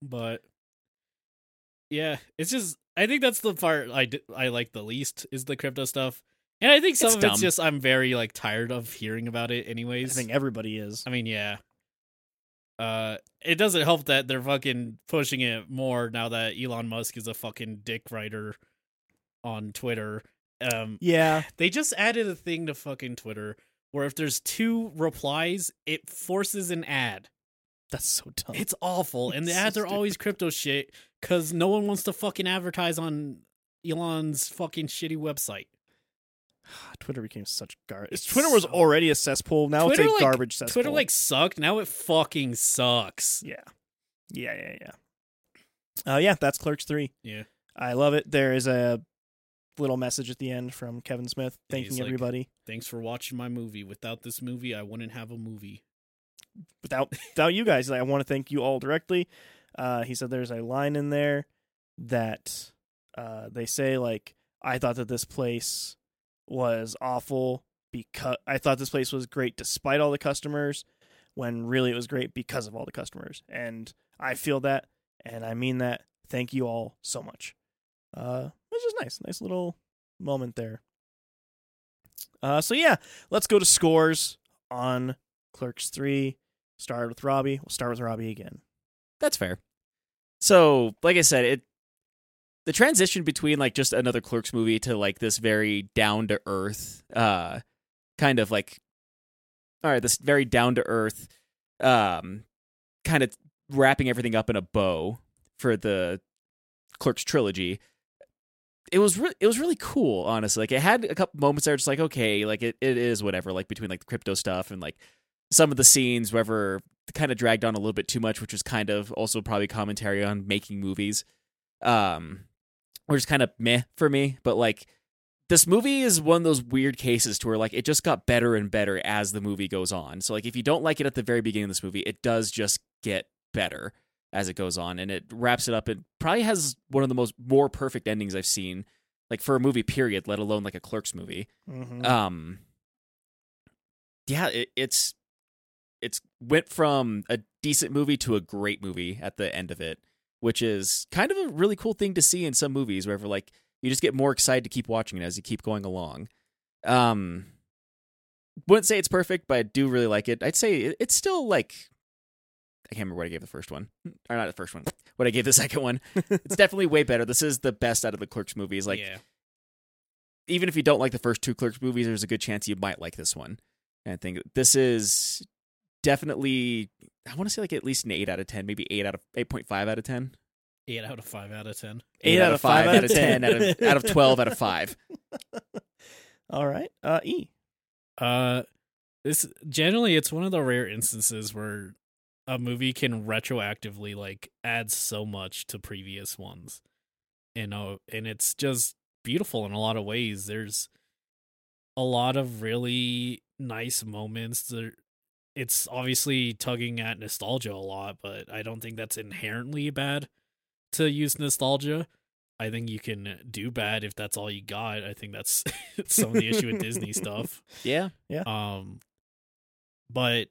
[SPEAKER 2] but yeah, it's just I think that's the part I d- I like the least is the crypto stuff, and I think some
[SPEAKER 3] It's
[SPEAKER 2] of
[SPEAKER 3] dumb.
[SPEAKER 2] it's just I'm very like tired of hearing about it anyways.
[SPEAKER 1] I think everybody is.
[SPEAKER 2] I mean, yeah. Uh, it doesn't help that they're fucking pushing it more now that Elon Musk is a fucking dick writer on Twitter. Um,
[SPEAKER 1] Yeah.
[SPEAKER 2] they just added a thing to fucking Twitter where if there's two replies, it forces an ad.
[SPEAKER 1] That's so dumb.
[SPEAKER 2] It's awful, and the
[SPEAKER 1] Oh. It's so
[SPEAKER 2] ads are always crypto shit because no one wants to fucking advertise on Elon's fucking shitty website.
[SPEAKER 1] Twitter became such garbage.
[SPEAKER 2] It's
[SPEAKER 1] Twitter was
[SPEAKER 2] so-
[SPEAKER 1] already a cesspool. Now
[SPEAKER 2] Twitter,
[SPEAKER 1] it's a
[SPEAKER 2] like-
[SPEAKER 1] garbage cesspool.
[SPEAKER 2] Twitter like sucked. Now it fucking sucks.
[SPEAKER 1] Yeah. Yeah, yeah, yeah. Uh, yeah, that's Clerks 3.
[SPEAKER 2] Yeah.
[SPEAKER 1] I love it. There is a little message at the end from Kevin Smith
[SPEAKER 2] And
[SPEAKER 1] thanking
[SPEAKER 2] he's like-
[SPEAKER 1] everybody.
[SPEAKER 2] Thanks for watching my movie. Without this movie, I wouldn't have a movie.
[SPEAKER 1] Without [LAUGHS] without you guys, I want to thank you all directly. Uh, he said there's a line in there that uh, they say like I thought that this place was awful because I thought this place was great despite all the customers when really it was great because of all the customers. And I feel that and I mean that. Thank you all so much. Uh it's just nice. Nice little moment there. Uh so yeah, let's go to scores on Clerks 3. Started with Robbie. We'll start with Robbie again.
[SPEAKER 3] That's fair. So, like I said, it the transition between like just another Clerks movie to like this very down to earth, uh, kind of like, all right, this very down to earth, um, kind of wrapping everything up in a bow for the Clerks trilogy. It was re- it was really cool, honestly. Like it had a couple moments there, just like okay, like it, it is whatever. Like between like the crypto stuff and like some of the scenes, wherever kind of dragged on a little bit too much, which was kind of also probably commentary on making movies. Um, which is kind of meh for me, but like this movie is one of those weird cases to where like it just got better and better as the movie goes on. So like if you don't like it at the very beginning of this movie, it does just get better as it goes on and it wraps it up. It probably has one of the most more perfect endings I've seen like for a movie period, let alone like a clerks movie
[SPEAKER 1] Mm-hmm.
[SPEAKER 3] um yeah it, it's it's went from a decent movie to a great movie at the end of it which is kind of a really cool thing to see in some movies wherever like you just get more excited to keep watching it as you keep going along um wouldn't say it's perfect but i do really like it i'd say it- it's still like i can't remember what i gave the first one [LAUGHS] or not the first one what i gave the [LAUGHS] second one it's definitely way better this is the best out of the clerks movies like
[SPEAKER 2] yeah,
[SPEAKER 3] even if you don't like the first two Clerks movies, there's a good chance you might like this one. And I think this is definitely I want to say like at least an eight out of ten, maybe eight out of eight point five out of ten.
[SPEAKER 2] eight out of five out of ten.
[SPEAKER 1] Eight out of five out
[SPEAKER 3] out
[SPEAKER 1] of
[SPEAKER 3] of ten,
[SPEAKER 1] 10.
[SPEAKER 3] out of out of twelve, out of
[SPEAKER 1] [LAUGHS]
[SPEAKER 3] five.
[SPEAKER 1] All right. Uh, e.
[SPEAKER 2] Uh, this generally it's one of the rare instances where a movie can retroactively like add so much to previous ones. You know, and it's just beautiful in a lot of ways. There's a lot of really nice moments. There, it's obviously tugging at nostalgia a lot, but I don't think that's inherently bad to use nostalgia. I think you can do bad if that's all you got. I think that's [LAUGHS] some of the issue with Disney stuff.
[SPEAKER 3] Yeah.
[SPEAKER 2] Um, but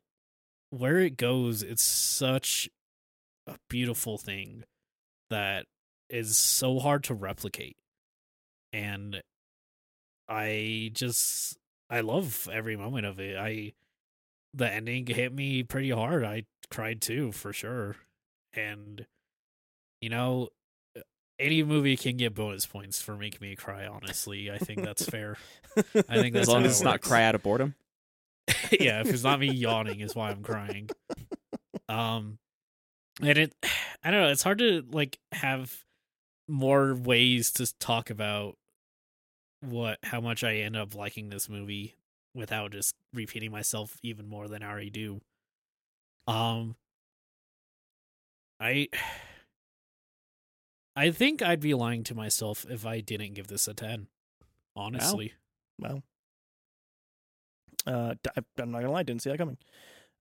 [SPEAKER 2] where it goes, it's such a beautiful thing that is so hard to replicate. And I just, I love every moment of it. I, the ending hit me pretty hard. I cried too, for sure. And, you know, any movie can get bonus points for making me cry, honestly. I think that's fair. I
[SPEAKER 1] [LAUGHS]
[SPEAKER 2] think that's
[SPEAKER 3] as long
[SPEAKER 2] how
[SPEAKER 3] as
[SPEAKER 2] it
[SPEAKER 3] it's not
[SPEAKER 2] works
[SPEAKER 3] cry out of boredom.
[SPEAKER 2] [LAUGHS] yeah, if it's not me yawning is why I'm crying. Um and it [SIGHS] I don't know, it's hard to like have more ways to talk about what how much I end up liking this movie without just repeating myself even more than I already do. Um I [SIGHS] I think I'd be lying to myself if I didn't give this a 10. Honestly.
[SPEAKER 1] Wow. Uh, d- I- I'm not gonna lie, didn't see that coming.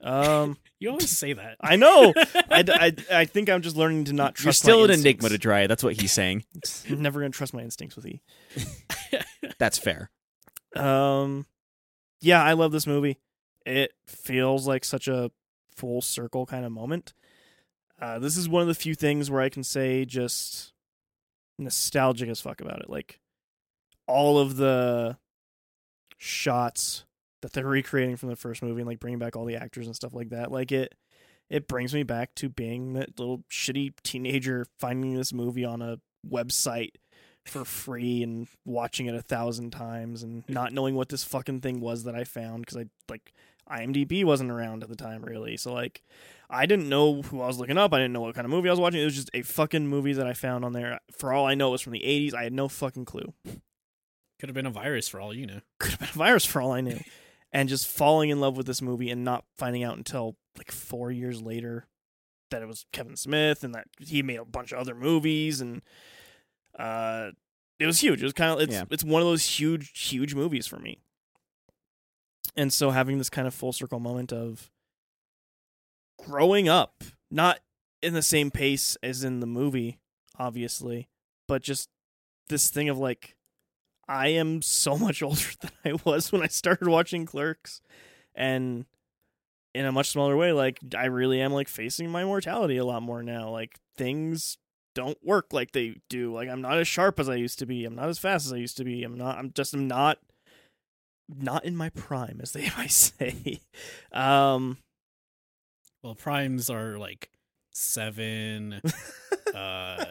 [SPEAKER 1] Um,
[SPEAKER 2] You always
[SPEAKER 1] [LAUGHS]
[SPEAKER 2] say that.
[SPEAKER 1] I
[SPEAKER 2] [LAUGHS]
[SPEAKER 1] know. Oh, I, d- I, I think I'm just learning to not
[SPEAKER 3] You're
[SPEAKER 1] trust.
[SPEAKER 3] still
[SPEAKER 1] my
[SPEAKER 3] an
[SPEAKER 1] instincts.
[SPEAKER 3] enigma to try. That's what
[SPEAKER 1] [LAUGHS]
[SPEAKER 3] he's saying.
[SPEAKER 1] I'm never gonna trust my instincts with E.
[SPEAKER 3] That's fair.
[SPEAKER 1] Um, yeah, I love this movie. It feels like such a full circle kind of moment. Uh, this is one of the few things where I can say just nostalgic as fuck about it. Like all of the shots that they're recreating from the first movie and like bringing back all the actors and stuff like that. Like it, it brings me back to being that little shitty teenager finding this movie on a website for free and watching it a thousand times and not knowing what this fucking thing was that I found because I like IMDb wasn't around at the time really. So like I didn't know who I was looking up. I didn't know what kind of movie I was watching. It was just a fucking movie that I found on there. For all I know, it was from the 80s. I had no fucking clue
[SPEAKER 2] Could have been a virus for all you know.
[SPEAKER 1] could have been a virus for all I knew. And just falling in love with this movie and not finding out until like four years later that it was Kevin Smith and that he made a bunch of other movies and uh it was huge. It was kind of it's
[SPEAKER 3] Yeah.
[SPEAKER 1] it's one of those huge, huge movies for me. And so having this kind of full circle moment of growing up, not in the same pace as in the movie, obviously, but just this thing of like I am so [LAUGHS] much older than I was when I started watching Clerks, and in a much smaller way, like I really am like facing my mortality a lot more now. Like things don't work like they do. Like I'm not as sharp as I used to be. I'm not as fast as I used to be. I'm not. I'm just. I'm not. Not in my prime, as they [LAUGHS] might say. Um,
[SPEAKER 2] Well, primes are like 7 uh [LAUGHS]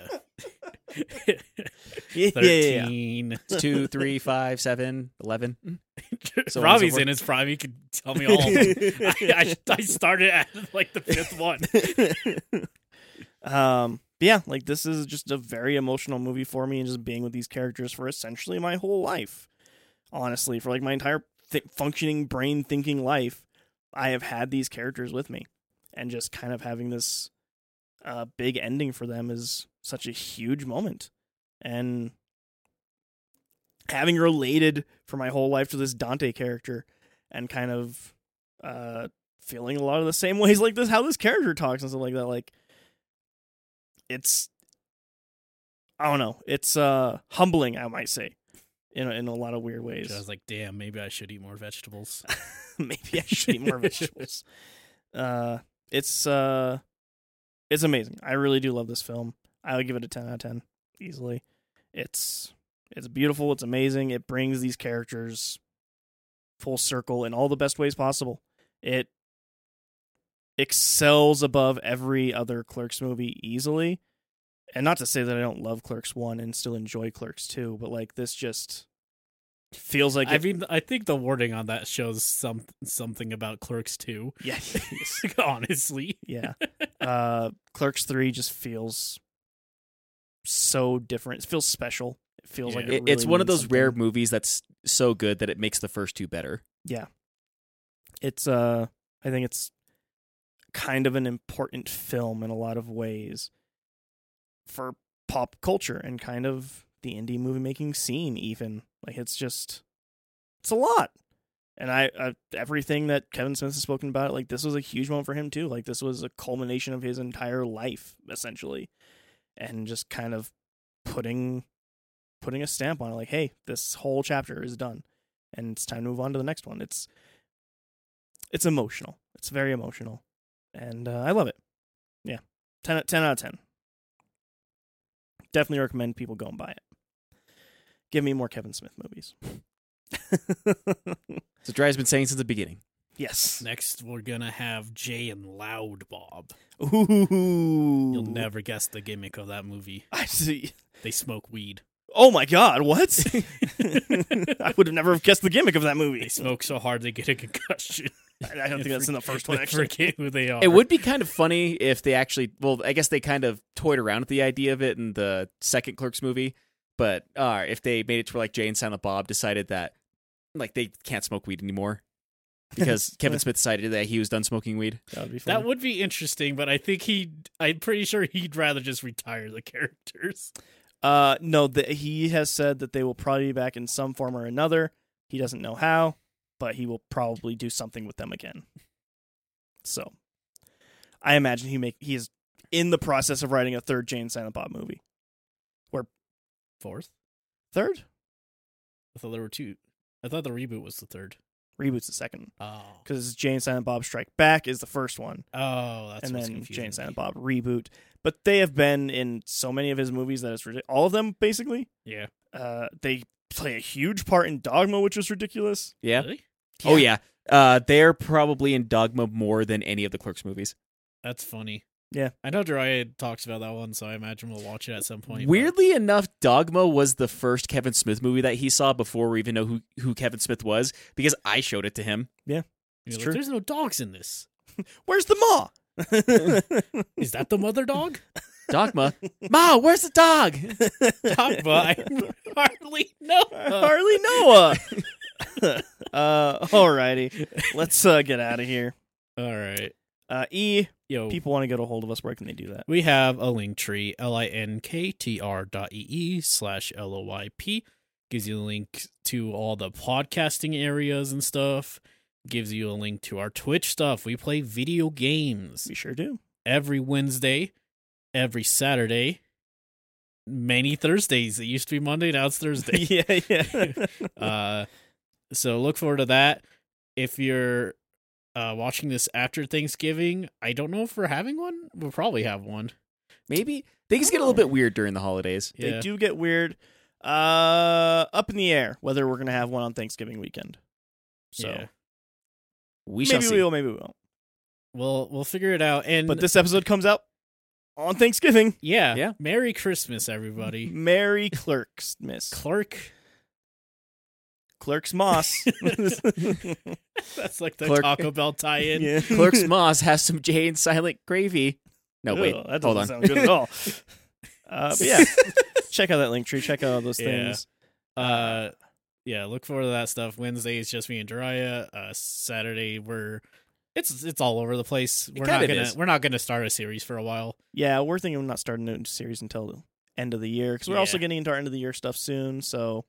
[SPEAKER 1] yeah, yeah, yeah,
[SPEAKER 2] [LAUGHS] 13.
[SPEAKER 3] Two, three, five, seven, eleven. So on and
[SPEAKER 2] Robbie's
[SPEAKER 3] so
[SPEAKER 2] in his prime. He could tell me all.
[SPEAKER 1] [LAUGHS]
[SPEAKER 2] [LAUGHS] I, I, I started at like the fifth one.
[SPEAKER 1] um but yeah like this is just a very emotional movie for me and just being with these characters for essentially my whole life honestly for like my entire th- functioning brain thinking life i have had these characters with me and just kind of having this uh big ending for them is such a huge moment and having related for my whole life to this dante character and kind of uh feeling a lot of the same [LAUGHS] ways like this how this character talks and stuff like that like it's I don't know. It's uh humbling, I might say, in a, in a lot of weird ways.
[SPEAKER 2] I was like, damn, maybe I should eat more vegetables.
[SPEAKER 1] [LAUGHS] Maybe I should eat more vegetables. Uh, it's uh, it's amazing. I really do love this film. I would give it a ten out of ten easily. It's it's beautiful. It's amazing. It brings these characters full circle in all the best ways possible. It excels above every other Clerks movie easily. And not to say that I don't love Clerks 1 and still enjoy Clerks 2, but like this just feels like
[SPEAKER 2] I
[SPEAKER 1] it-
[SPEAKER 2] mean, I think the wording on that shows some something about
[SPEAKER 1] [LAUGHS]
[SPEAKER 2] Clerks too. [LAUGHS]
[SPEAKER 1] yeah.
[SPEAKER 2] Honestly,
[SPEAKER 1] yeah. Uh, Clerks Three just feels so different. It feels special. It feels
[SPEAKER 2] Yeah.
[SPEAKER 1] like it
[SPEAKER 3] It-
[SPEAKER 1] really
[SPEAKER 3] it's one of
[SPEAKER 1] means
[SPEAKER 3] those rare
[SPEAKER 1] something.
[SPEAKER 3] movies that's so good that it makes the first two better.
[SPEAKER 1] It's uh, I think it's kind of an important film in a lot of ways for pop culture and kind of the indie movie making scene. Even like it's just, it's a lot. And I, I everything that Kevin Smith has spoken about, like this was a huge moment for him too. Like this was a culmination of his entire life, essentially, and just kind of putting putting a stamp on it. Like, hey, this whole chapter is done, and it's time to move on to the next one. It's it's emotional. It's very emotional, and uh, I love it. Yeah, 10, out- 10 out of ten. Definitely recommend people go and buy it. Give me more Kevin Smith movies. [LAUGHS]
[SPEAKER 3] So Dry's been saying since the beginning.
[SPEAKER 1] yes.
[SPEAKER 2] next we're gonna have Jay and Loud Bob.
[SPEAKER 1] Ooh.
[SPEAKER 2] You'll never guess the gimmick of that movie.
[SPEAKER 1] I see.
[SPEAKER 2] They smoke weed.
[SPEAKER 1] Oh my God!
[SPEAKER 2] [LAUGHS]
[SPEAKER 1] What? [LAUGHS] I would have never have guessed the gimmick of that movie.
[SPEAKER 2] They smoke so hard they get a concussion.
[SPEAKER 1] I I don't think that's in the first one.
[SPEAKER 2] They
[SPEAKER 1] Actually,
[SPEAKER 2] forget who they are.
[SPEAKER 3] It would be kind of funny if they actually, well, I guess they kind of toyed around with the idea of it in the second Clerks movie But uh, if they made it to where like Jay and Silent Bob decided that like they can't smoke weed anymore because Kevin Smith decided that he was done smoking weed.
[SPEAKER 1] That would be funny.
[SPEAKER 2] That would be interesting, but I think he. I'm pretty sure he'd rather just retire the characters.
[SPEAKER 1] Uh, no, the, he has said that they will probably be back in some form or another. He doesn't know how, but he will probably do something with them again. So, I imagine he make he is in the process of writing a third Jane Silent Bob movie.
[SPEAKER 2] Fourth,
[SPEAKER 1] Third
[SPEAKER 2] I thought there were two. I thought the reboot was the third.
[SPEAKER 1] reboots the second
[SPEAKER 2] Oh,
[SPEAKER 1] because Jane Silent Bob Strike Back is the first one,
[SPEAKER 2] oh, that's
[SPEAKER 1] and
[SPEAKER 2] what's
[SPEAKER 1] then
[SPEAKER 2] confusing.
[SPEAKER 1] Jane
[SPEAKER 2] me.
[SPEAKER 1] Silent Bob reboot. But they have been in so many of his movies that it's ridiculous. All of them basically.
[SPEAKER 2] Yeah.
[SPEAKER 1] Uh, they play a huge part in Dogma, which is ridiculous.
[SPEAKER 3] Yeah.
[SPEAKER 2] Really?
[SPEAKER 3] Oh yeah. Uh, they're probably in Dogma more than any of the Clerks movies.
[SPEAKER 2] That's funny.
[SPEAKER 1] Yeah.
[SPEAKER 2] I know Jiraiya talks about that one, so I imagine we'll watch it at some point. but-
[SPEAKER 3] Weirdly enough, Dogma was the first Kevin Smith movie that he saw before we even know who, who Kevin Smith was because I showed it to him.
[SPEAKER 2] You're
[SPEAKER 1] It's
[SPEAKER 2] like,
[SPEAKER 1] true.
[SPEAKER 2] There's no dogs in this.
[SPEAKER 1] Where's the maw? [LAUGHS]
[SPEAKER 2] Is that the mother
[SPEAKER 3] [LAUGHS]
[SPEAKER 2] dog?
[SPEAKER 3] Dogma. Ma, Ah, where's the
[SPEAKER 2] [LAUGHS]
[SPEAKER 3] dog?
[SPEAKER 2] Dog, but
[SPEAKER 1] [LAUGHS]
[SPEAKER 2] I [LAUGHS] hardly know.
[SPEAKER 3] [LAUGHS]
[SPEAKER 1] Harley Noah. [LAUGHS] uh, alrighty, let's uh, get out of here.
[SPEAKER 2] All right.
[SPEAKER 1] Uh, e,
[SPEAKER 2] Yo,
[SPEAKER 1] people want to get a hold of us. Where can they do that?
[SPEAKER 2] we have a link tree, L-I-N-K-T-R dot E-E slash L-O-Y-P. Gives you a link to all the podcasting areas and stuff. Gives you a link to our Twitch stuff. We play video games.
[SPEAKER 1] We sure do.
[SPEAKER 2] every Wednesday, every Saturday, many Thursdays. It used to be Monday, now it's
[SPEAKER 1] [LAUGHS]
[SPEAKER 2] Thursday.
[SPEAKER 1] [LAUGHS] yeah, yeah.
[SPEAKER 3] [LAUGHS]
[SPEAKER 2] uh, so look forward to that. If you're uh, watching this after Thanksgiving, I don't know if we're having one. We'll probably have one.
[SPEAKER 3] Maybe things get a little bit weird during the holidays.
[SPEAKER 2] Yeah.
[SPEAKER 1] They do get weird. Uh, up in the air whether we're gonna have one on Thanksgiving weekend. So
[SPEAKER 2] Yeah.
[SPEAKER 3] We shall
[SPEAKER 1] maybe
[SPEAKER 3] see.
[SPEAKER 1] [LAUGHS] we will, maybe we won't.
[SPEAKER 2] we'll we'll figure it out. And
[SPEAKER 1] But this episode comes out on Thanksgiving.
[SPEAKER 2] yeah,
[SPEAKER 3] Yeah.
[SPEAKER 2] Merry Christmas, everybody.
[SPEAKER 1] Merry Clerks, Miss
[SPEAKER 2] Clerk,
[SPEAKER 1] Clerks Moss.
[SPEAKER 2] [LAUGHS]
[SPEAKER 3] [LAUGHS]
[SPEAKER 2] that's like the
[SPEAKER 3] Clerk.
[SPEAKER 2] Taco Bell
[SPEAKER 1] [LAUGHS]
[SPEAKER 2] tie-in.
[SPEAKER 1] Yeah.
[SPEAKER 3] Clerks Moss has some Jay and Silent Gravy. No,
[SPEAKER 1] [LAUGHS] Ugh,
[SPEAKER 3] wait.
[SPEAKER 1] Oh, that doesn't
[SPEAKER 3] hold on.
[SPEAKER 1] sound good
[SPEAKER 3] [LAUGHS]
[SPEAKER 1] at all. Uh, but [LAUGHS] yeah, check out that link tree. Check out all those
[SPEAKER 2] Yeah.
[SPEAKER 1] things.
[SPEAKER 2] Uh, yeah, look forward to that stuff. Wednesday is just me and Jiraiya. Uh, Saturday we're it's it's all over the place. We're not
[SPEAKER 3] kinda
[SPEAKER 2] gonna
[SPEAKER 3] is.
[SPEAKER 2] we're not gonna start a series for a while.
[SPEAKER 1] Yeah, we're thinking of not starting a new series until the end of the year because we're also
[SPEAKER 2] Yeah.
[SPEAKER 1] getting into our end of the year stuff soon. So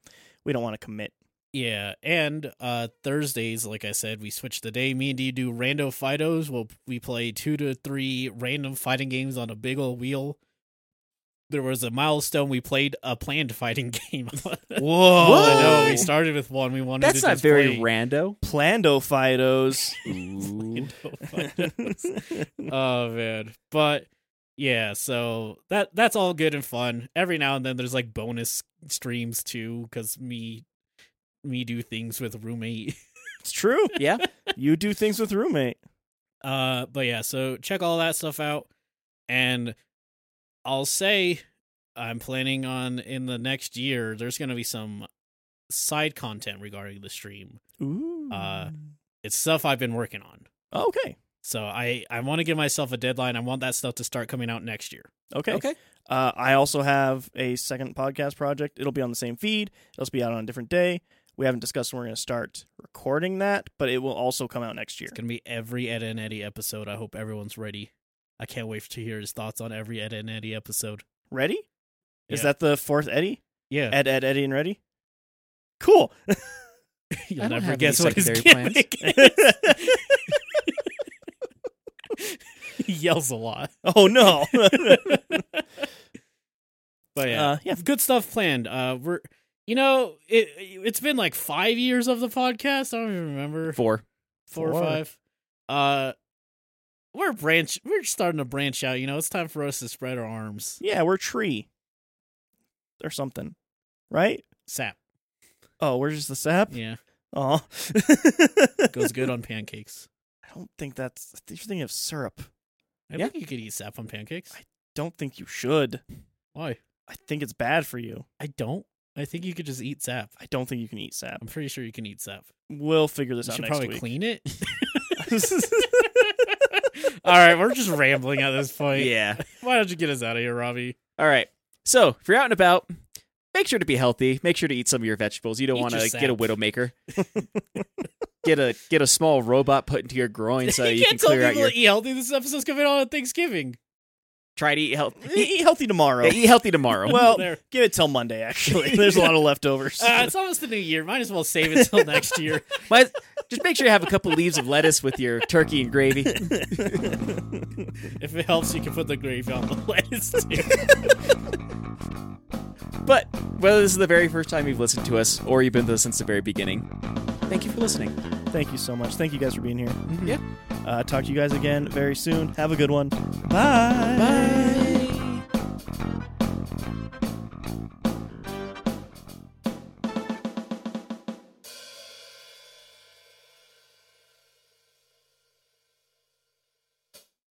[SPEAKER 1] we don't want to commit.
[SPEAKER 2] Yeah, and uh Thursdays, like I said, we switch the day. Me and you do rando fidos. We'll we play two to three random fighting games on a big old wheel. There was a milestone. We played a planned fighting [LAUGHS] game.
[SPEAKER 1] Whoa,
[SPEAKER 2] I know. We
[SPEAKER 3] Whoa.
[SPEAKER 2] started with one. We wanted
[SPEAKER 3] That's
[SPEAKER 2] to
[SPEAKER 3] not
[SPEAKER 2] just
[SPEAKER 3] very
[SPEAKER 2] play
[SPEAKER 3] rando.
[SPEAKER 1] Plandophytos.
[SPEAKER 3] Ooh.
[SPEAKER 2] Rando [LAUGHS] Fidos. [LAUGHS] oh man but yeah so that that's all good and fun every now and then there's like bonus streams too because me me do things with roommate
[SPEAKER 1] [LAUGHS] it's true.
[SPEAKER 3] Yeah.
[SPEAKER 1] You do things with roommate.
[SPEAKER 2] uh but yeah so check all that stuff out and i'll say i'm planning on in the next year there's gonna be some side content regarding the stream
[SPEAKER 1] Ooh.
[SPEAKER 2] Uh, it's stuff i've been working on
[SPEAKER 1] okay.
[SPEAKER 2] so i i want to give myself a deadline i want that stuff to start coming out next year
[SPEAKER 1] Okay.
[SPEAKER 3] Okay.
[SPEAKER 1] Uh, I also have a second podcast project. It'll be on the same feed. It'll be out on a different day. We haven't discussed when we're going to start recording that, but it will also come out next year.
[SPEAKER 2] It's gonna be every Ed and Eddie episode. I hope everyone's ready. I can't wait to hear his thoughts on every Ed and Eddie episode.
[SPEAKER 1] Ready? Is
[SPEAKER 2] Yeah.
[SPEAKER 1] that the fourth Eddie?
[SPEAKER 2] Yeah, [LAUGHS]
[SPEAKER 1] Ed, Ed, Eddie, and Ready? Cool.
[SPEAKER 2] you'll
[SPEAKER 3] I don't
[SPEAKER 2] never
[SPEAKER 3] have
[SPEAKER 2] guess
[SPEAKER 3] any
[SPEAKER 2] what his
[SPEAKER 3] secondary plans.
[SPEAKER 2] gimmick is. [LAUGHS] he yells a lot.
[SPEAKER 1] Oh,
[SPEAKER 2] [LAUGHS]
[SPEAKER 1] no.
[SPEAKER 2] But yeah,
[SPEAKER 1] Uh, yeah.
[SPEAKER 2] good stuff planned. Uh, we're you know it. It's been like five years of the podcast. I don't even remember
[SPEAKER 3] Four.
[SPEAKER 2] four, or
[SPEAKER 1] Four.
[SPEAKER 2] five. Uh, we're branch. We're starting to branch out. You know, it's time for us to spread our arms.
[SPEAKER 1] Yeah, we're tree or something, right?
[SPEAKER 2] Sap.
[SPEAKER 1] Oh, we're just the sap?
[SPEAKER 2] Yeah,
[SPEAKER 1] [LAUGHS] Oh.
[SPEAKER 2] goes good on pancakes.
[SPEAKER 1] I don't think that's. You're thinking of syrup.
[SPEAKER 2] I
[SPEAKER 3] Yeah.
[SPEAKER 2] think you could eat sap on pancakes.
[SPEAKER 1] I- Don't think you should.
[SPEAKER 2] Why?
[SPEAKER 1] I think it's bad for you.
[SPEAKER 2] I don't. I think you could just eat sap.
[SPEAKER 1] I don't think you can eat sap.
[SPEAKER 2] I'm pretty sure you can eat sap.
[SPEAKER 1] We'll figure this
[SPEAKER 2] You
[SPEAKER 1] out
[SPEAKER 2] should
[SPEAKER 1] next
[SPEAKER 2] probably
[SPEAKER 1] week.
[SPEAKER 2] clean it. [LAUGHS]
[SPEAKER 1] [LAUGHS]
[SPEAKER 2] All right, we're just rambling at this point.
[SPEAKER 3] Yeah.
[SPEAKER 2] Why don't you get us out of here, Robbie?
[SPEAKER 3] All right. So if you're out and about, make sure to be healthy. Make sure to eat some of your vegetables. You don't
[SPEAKER 2] Eat
[SPEAKER 3] want
[SPEAKER 2] your
[SPEAKER 3] to get a
[SPEAKER 2] sap.
[SPEAKER 3] widowmaker. get a get a small robot put into your groin so
[SPEAKER 2] [LAUGHS]
[SPEAKER 3] you,
[SPEAKER 2] you
[SPEAKER 3] can
[SPEAKER 2] can't tell
[SPEAKER 3] clear out
[SPEAKER 2] people
[SPEAKER 3] your.
[SPEAKER 2] to eat healthy. This episode's coming out on Thanksgiving.
[SPEAKER 3] Try to eat healthy.
[SPEAKER 1] E-, Eat healthy tomorrow.
[SPEAKER 3] eat healthy
[SPEAKER 1] [LAUGHS]
[SPEAKER 3] tomorrow.
[SPEAKER 1] Well,
[SPEAKER 2] There.
[SPEAKER 1] give it till Monday.
[SPEAKER 2] [LAUGHS]
[SPEAKER 1] Actually, there's a lot of leftovers.
[SPEAKER 3] [LAUGHS]
[SPEAKER 2] Uh, it's almost the new year. Might as well save it till next year.
[SPEAKER 3] Might- just make sure you have a couple leaves of lettuce with your turkey and gravy.
[SPEAKER 2] If it helps, you can put the gravy on the [LAUGHS] list. too.
[SPEAKER 3] But whether this is the very first time you've listened to us or you've been with us since the very beginning, thank you for listening.
[SPEAKER 1] Thank you so much. Thank you guys for being here.
[SPEAKER 3] Yeah.
[SPEAKER 1] Uh, talk to you guys again very soon. Have a good one.
[SPEAKER 3] Bye.